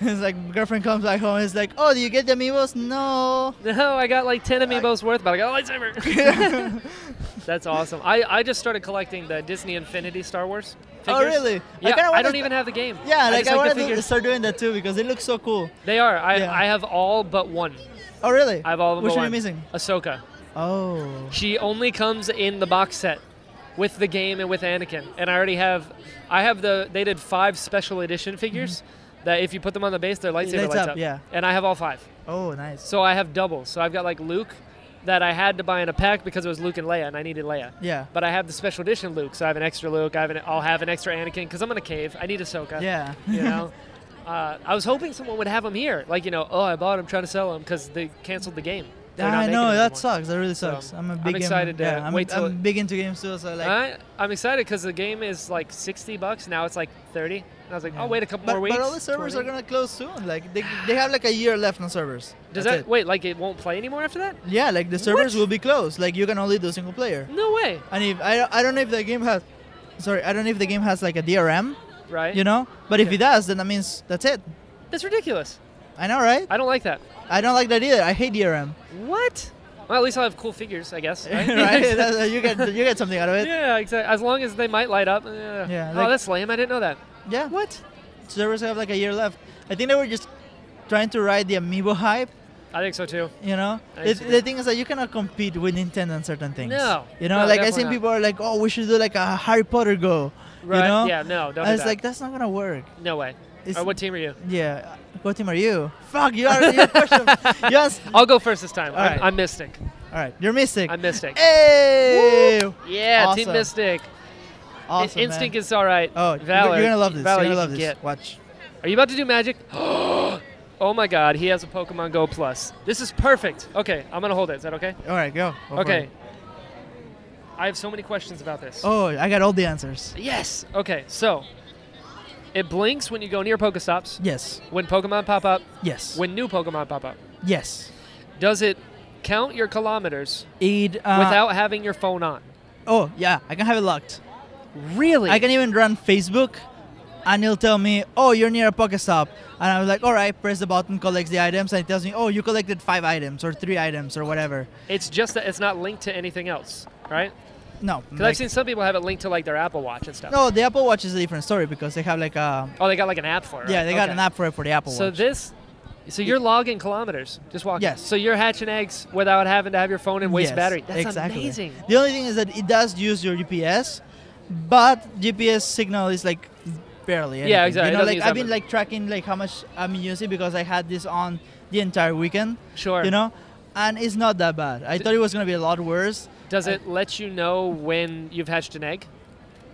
S2: it's like my girlfriend comes back home it's like oh do you get the amiibos no
S1: No, I got like 10 amiibos worth, but I got a lightsaber.
S2: [LAUGHS]
S1: [LAUGHS] That's awesome. I, I just started collecting the Disney Infinity Star Wars.
S2: oh
S1: figures.
S2: really
S1: Yeah,
S2: kinda
S1: I,
S2: wanna
S1: don't
S2: st-
S1: even have the game.
S2: yeah
S1: I
S2: like
S1: just
S2: i
S1: like
S2: want
S1: the
S2: to
S1: figures.
S2: start doing that too because it looks so cool
S1: They are. I,
S2: Yeah.
S1: I have all but one.
S2: oh really
S1: I have all but
S2: which
S1: one.
S2: one are you missing
S1: Ahsoka.
S2: oh
S1: She only comes in the box set with the game and with Anakin. And I already have, I have the. They did five special edition figures that if you put them on the base, their lightsaber
S2: Mm-hmm. lights
S1: lights,
S2: up, yeah.
S1: And I have all five.
S2: oh nice
S1: So I have double. So I've got like Luke, that I had to buy in a pack because it was Luke and Leia, and I needed Leia.
S2: yeah
S1: But I have the special edition Luke, so I have an extra Luke. I have an, I'll have an extra Anakin because I'm in a cave. I need Ahsoka.
S2: yeah [LAUGHS]
S1: You know. Uh, I was hoping someone would have them here, like you know, oh, I bought them, trying to sell them because they canceled the game. [LAUGHS] They're not
S2: I
S1: making
S2: know
S1: them
S2: that
S1: anymore.
S2: sucks. That really sucks. I'm a
S1: I'm
S2: big. game-
S1: excited to
S2: yeah, I'm,
S1: wait till
S2: I'm
S1: it-
S2: big into games too. So like,
S1: I, I'm excited because the game is like 60 bucks now. It's like 30. And I was like,
S2: Yeah.
S1: I'll wait a couple
S2: but,
S1: more weeks.
S2: But all the servers
S1: 20.
S2: are gonna close soon. Like they, they have like a year left on servers.
S1: Does
S2: That's
S1: that wait? Like it won't play anymore after that?
S2: it. Yeah, like the servers will be closed. Like you can only do single player.
S1: No way.
S2: And if I, I don't know if the game has, sorry, I don't know if the game has like a DRM,
S1: Right?
S2: you know. But if
S1: Okay.
S2: it does, then that means that's it.
S1: That's ridiculous.
S2: I know, right?
S1: I don't like that.
S2: I don't like that either. I hate DRM.
S1: What? Well, at least I'll have cool figures, [LAUGHS] I
S2: [LAUGHS]
S1: guess.
S2: right?
S1: Right?
S2: That's- [LAUGHS] you get you get something out of it.
S1: yeah, exactly. As long as they might light up. Yeah.
S2: Yeah,
S1: oh,
S2: like-
S1: that's lame. I didn't know that.
S2: Yeah.
S1: What?
S2: Servers have like a year left. I think they were just trying to ride the amiibo hype.
S1: I think so too.
S2: You know,
S1: I
S2: the,
S1: see.
S2: the thing is that you cannot compete with Nintendo on certain things.
S1: No,
S2: you know,
S1: no,
S2: like I
S1: definitely
S2: seen
S1: not.
S2: people are like, oh, we should do like a Harry Potter go.
S1: Right?
S2: You know,
S1: Yeah. No. Don't.
S2: I
S1: do
S2: was
S1: that.
S2: like, that's not gonna work.
S1: no way.
S2: It's-
S1: Or what team are you?
S2: Yeah, what team are you? Fuck, you
S1: [LAUGHS]
S2: are. Your question. Yes.
S1: I'll go first this time.
S2: All
S1: I'm,
S2: right.
S1: I'm Mystic.
S2: All right, you're Mystic.
S1: I'm Mystic.
S2: Hey!
S1: Yeah, Team
S2: Awesome.
S1: Mystic.
S2: Awesome.
S1: Instinct
S2: man.
S1: is all right.
S2: Oh, you're-
S1: Valor.
S2: you're gonna love this.
S1: Valor
S2: you're
S1: you
S2: gonna love
S1: can
S2: this.
S1: get.
S2: Watch.
S1: Are you about to do magic? [GASPS] Oh my God, he has a Pokemon Go Plus. This is perfect. Okay, I'm gonna hold it. Is that okay?
S2: All right, go. go for
S1: Okay.
S2: it.
S1: I have so many questions about this.
S2: Oh, I got all the answers.
S1: Yes. Okay. So, it blinks when you go near Pokestops.
S2: Yes.
S1: When Pokemon pop up.
S2: Yes.
S1: When new Pokemon pop up.
S2: yes.
S1: Does it count your kilometers
S2: It uh,
S1: without having your phone on?
S2: Oh yeah, I can have it locked.
S1: Really?
S2: I can even run Facebook, and it'll tell me, "Oh, you're near a Pokestop," and I'm like, "All right, press the button, collects the items," and it tells me, "Oh, you collected five items or three items or whatever."
S1: It's just that it's not linked to anything else, right?
S2: No,
S1: Because
S2: like-
S1: I've seen some people have it linked to like their Apple Watch and stuff.
S2: no, the Apple Watch is a different story because they have like a
S1: Oh, they got like an app for it.
S2: yeah,
S1: right?
S2: they got
S1: Okay.
S2: an app for it for the Apple
S1: So
S2: Watch.
S1: this, so you're logging kilometers just walking.
S2: Yes.
S1: So you're hatching eggs without having to have your phone and waste
S2: Yes,
S1: battery. That's
S2: exactly.
S1: amazing.
S2: The only thing is that it does use your GPS, but GPS signal is like barely. Anything.
S1: exactly, it
S2: You know,
S1: doesn't
S2: like
S1: use
S2: I've
S1: that
S2: been
S1: much.
S2: like tracking like how much I'm using because I had this on the entire weekend.
S1: Sure.
S2: You know, and it's not that bad. I thought it was gonna be a lot worse.
S1: Does it let you know when you've hatched an egg?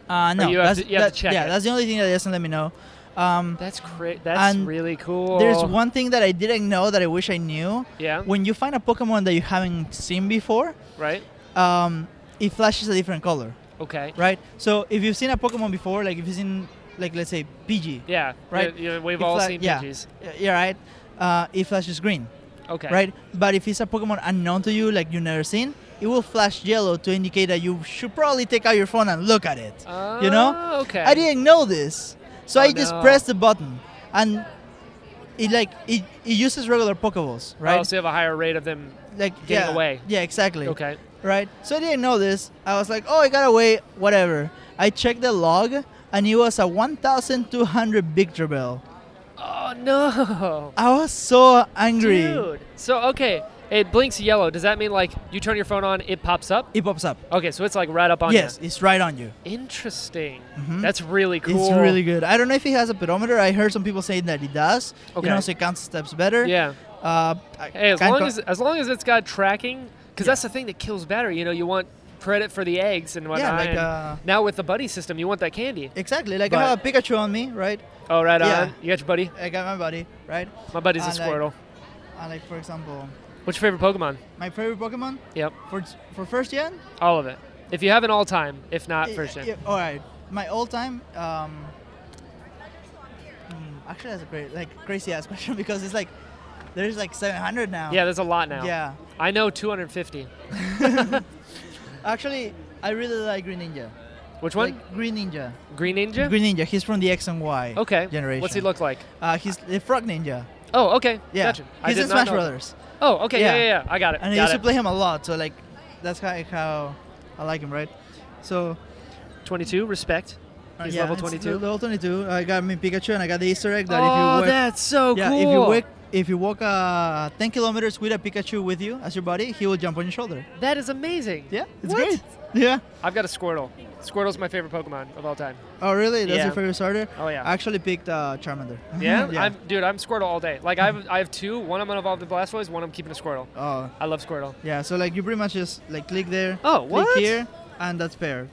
S2: Uh, no,
S1: you have
S2: that's-
S1: to- you have to
S2: that-
S1: check
S2: Yeah,
S1: it.
S2: that's the only thing that doesn't let me know. Um,
S1: That's cra- That's
S2: And
S1: really cool.
S2: There's one thing that I didn't know that I wish I knew.
S1: Yeah.
S2: When you find a Pokemon that you haven't seen before,
S1: Right.
S2: um, it flashes a different color.
S1: Okay.
S2: right? So if you've seen a Pokemon before, like if you've seen, like let's say PG,
S1: Yeah.
S2: Right.
S1: yeah, we've
S2: If
S1: all
S2: like-
S1: seen
S2: yeah.
S1: PGs.
S2: uh, yeah, right, uh, it flashes green,
S1: Okay.
S2: right? But if it's a Pokemon unknown to you, like you've never seen, it will flash yellow to indicate that you should probably take out your phone and look at it. you know,
S1: Ah, Okay.
S2: I didn't know this, so
S1: Oh,
S2: I just
S1: no.
S2: pressed the button, and it like it, it uses regular Pokeballs, right?
S1: Oh, so you have a higher rate of them.
S2: like
S1: getting
S2: yeah,
S1: away.
S2: yeah, exactly.
S1: Okay.
S2: right? So I didn't know this. I was like, oh, I got away, whatever. I checked the log, and it was a 1,200 Victor Bell.
S1: Oh no.
S2: I was so angry.
S1: Dude. So okay, it blinks yellow. Does that mean like you turn your phone on, it pops up?
S2: It pops up.
S1: Okay, so it's like right up on
S2: yes, it's right on you.
S1: you. Interesting.
S2: Mhm.
S1: That's really cool.
S2: It's really good. I don't know if it has a pedometer. I heard some people saying that it does.
S1: Okay.
S2: You know, so it counts steps better.
S1: Yeah.
S2: Uh, I
S1: Hey, as
S2: can't
S1: long
S2: co-
S1: as as long as it's got tracking, because that's the thing that kills battery. You know, you want credit for the eggs and whatnot.
S2: yeah, like
S1: and
S2: uh,
S1: now with the buddy system, you want that candy.
S2: exactly. Like
S1: But-
S2: I have a Pikachu on me, right?
S1: Oh, right
S2: Yeah.
S1: on. You got your buddy.
S2: I got my buddy, right?
S1: My buddy's a
S2: I like-
S1: Squirtle.
S2: And like for example,
S1: What's your favorite Pokemon?
S2: my favorite Pokemon
S1: Yep,
S2: for for first gen,
S1: all of it. If you have an all time, if not
S2: Yeah,
S1: Uh, first gen.
S2: yeah, all right, my all time. Um, mm, actually, that's a great, like crazy ass [LAUGHS] question because it's like there's like 700 now.
S1: Yeah, there's a lot now.
S2: Yeah.
S1: I know 250.
S2: Actually, I really like Green Ninja.
S1: Which one?
S2: Like Green Ninja.
S1: Green Ninja?
S2: Green Ninja. He's from the X and Y.
S1: okay.
S2: Generation.
S1: What's he look like?
S2: Uh, he's the Frog Ninja.
S1: Oh, okay.
S2: Yeah.
S1: Gotcha. I
S2: He's
S1: did
S2: in
S1: not
S2: Smash
S1: know that.
S2: Brothers,
S1: Oh, okay. Yeah,
S2: Yeah.
S1: yeah, yeah. I got it.
S2: and I
S1: got
S2: used
S1: it.
S2: to play him a lot. So like, that's how, how I like him, right? So
S1: 22, respect.
S2: uh,
S1: He's
S2: yeah,
S1: level
S2: it's
S1: 22.
S2: Level 22. I got me Pikachu and I got the Easter egg that
S1: oh,
S2: if you work,
S1: that's so
S2: yeah,
S1: cool.
S2: if you walk if you walk uh, 10 kilometers with a Pikachu with you as your buddy, he will jump on your shoulder.
S1: That is amazing.
S2: Yeah, it's
S1: What?
S2: great. [LAUGHS] Yeah.
S1: I've got a Squirtle. Squirtle's my favorite Pokemon of all time.
S2: Oh, really? That's
S1: Yeah.
S2: your favorite starter?
S1: Oh yeah.
S2: I actually picked uh, Charmander.
S1: yeah?
S2: [LAUGHS] yeah.
S1: I'm, dude, I'm Squirtle all day. Like I have, I have two. One I'm gonna evolve the Blastoise. One I'm keeping a Squirtle.
S2: oh,
S1: I love Squirtle.
S2: yeah. So like you pretty much just like click there.
S1: Oh,
S2: click
S1: what?
S2: here, and that's paired.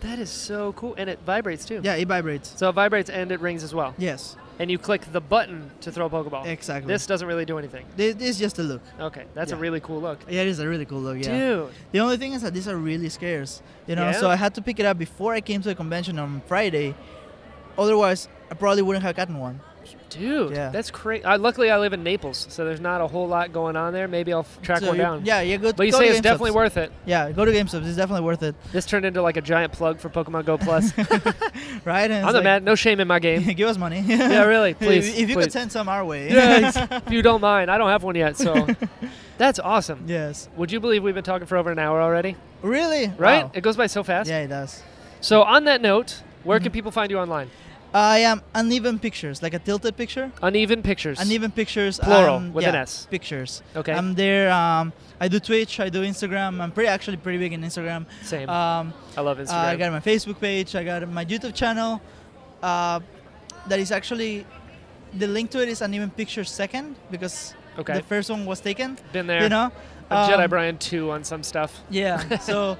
S1: That is so cool, and it vibrates too.
S2: Yeah, it vibrates.
S1: So it vibrates and it rings as well.
S2: Yes,
S1: And you click the button to throw a Pokeball.
S2: exactly.
S1: This doesn't really do anything.
S2: this, this is just a look.
S1: Okay, that's a
S2: Yeah.
S1: really cool look.
S2: Yeah, it is a really cool look. Yeah.
S1: Dude,
S2: The only thing is that these are really scarce, you know.
S1: Yeah.
S2: So I had to pick it up before I came to the convention on Friday. Otherwise, I probably wouldn't have gotten one.
S1: dude,
S2: Yeah.
S1: that's crazy. Uh, luckily, I live in Naples, so there's not a whole lot going on there. Maybe I'll f- track
S2: So
S1: one
S2: you-
S1: down.
S2: Yeah, yeah, good.
S1: But you
S2: go
S1: say
S2: to
S1: it's
S2: GameStop.
S1: definitely worth it.
S2: Yeah, go to GameStop. It's definitely worth it, [LAUGHS]
S1: This turned into like a giant plug for Pokemon Go Plus.
S2: right? And
S1: I'm
S2: it's
S1: not mad. No shame in my game.
S2: like, [LAUGHS] give us money.
S1: [LAUGHS] yeah, really. Please.
S2: [LAUGHS] if, if you
S1: please.
S2: could send some our way.
S1: Yeah, ex- if you don't mind, I don't have one yet, so that's awesome.
S2: [LAUGHS] yes.
S1: Would you believe we've been talking for over an hour already?
S2: Really?
S1: Right?
S2: Wow.
S1: It goes by so fast.
S2: Yeah, Mm-hmm. it does.
S1: So on that note, where can people find you online?
S2: I am uneven pictures, like a tilted picture.
S1: Uneven Pictures.
S2: Uneven pictures.
S1: Plural,
S2: and-
S1: with
S2: yeah,
S1: an S.
S2: Pictures.
S1: Okay.
S2: I'm there. Um, I do Twitch. I do Instagram. I'm pretty actually pretty big in Instagram.
S1: Same.
S2: Um,
S1: I love
S2: Uh,
S1: Instagram.
S2: I got my Facebook page. I got my YouTube channel. Uh, that is actually the link to it is uneven pictures second because
S1: okay.
S2: the first one was taken.
S1: Been there.
S2: You know,
S1: I'm Jedi
S2: Um,
S1: Brian 2 on some stuff. [LAUGHS]
S2: Yeah. so,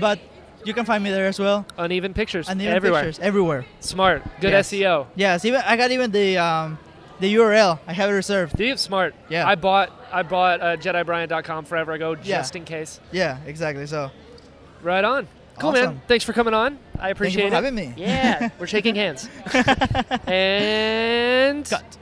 S2: but you can find me there as well.
S1: Uneven Pictures.
S2: Uneven
S1: everywhere.
S2: pictures everywhere.
S1: Smart. Good E
S2: Yes.
S1: SEO.
S2: Yes. Even I got even the um, the URL. I have it reserved.
S1: Do you smart?
S2: Yeah.
S1: I bought I bought uh, JediBrian.com forever ago
S2: Yeah.
S1: just in case.
S2: Yeah, exactly. So
S1: Right on. Cool man.
S2: Awesome.
S1: Thanks for coming on. I
S2: thank you
S1: appreciate
S2: for
S1: it.
S2: having me.
S1: Yeah, we're shaking hands. and
S2: Cut.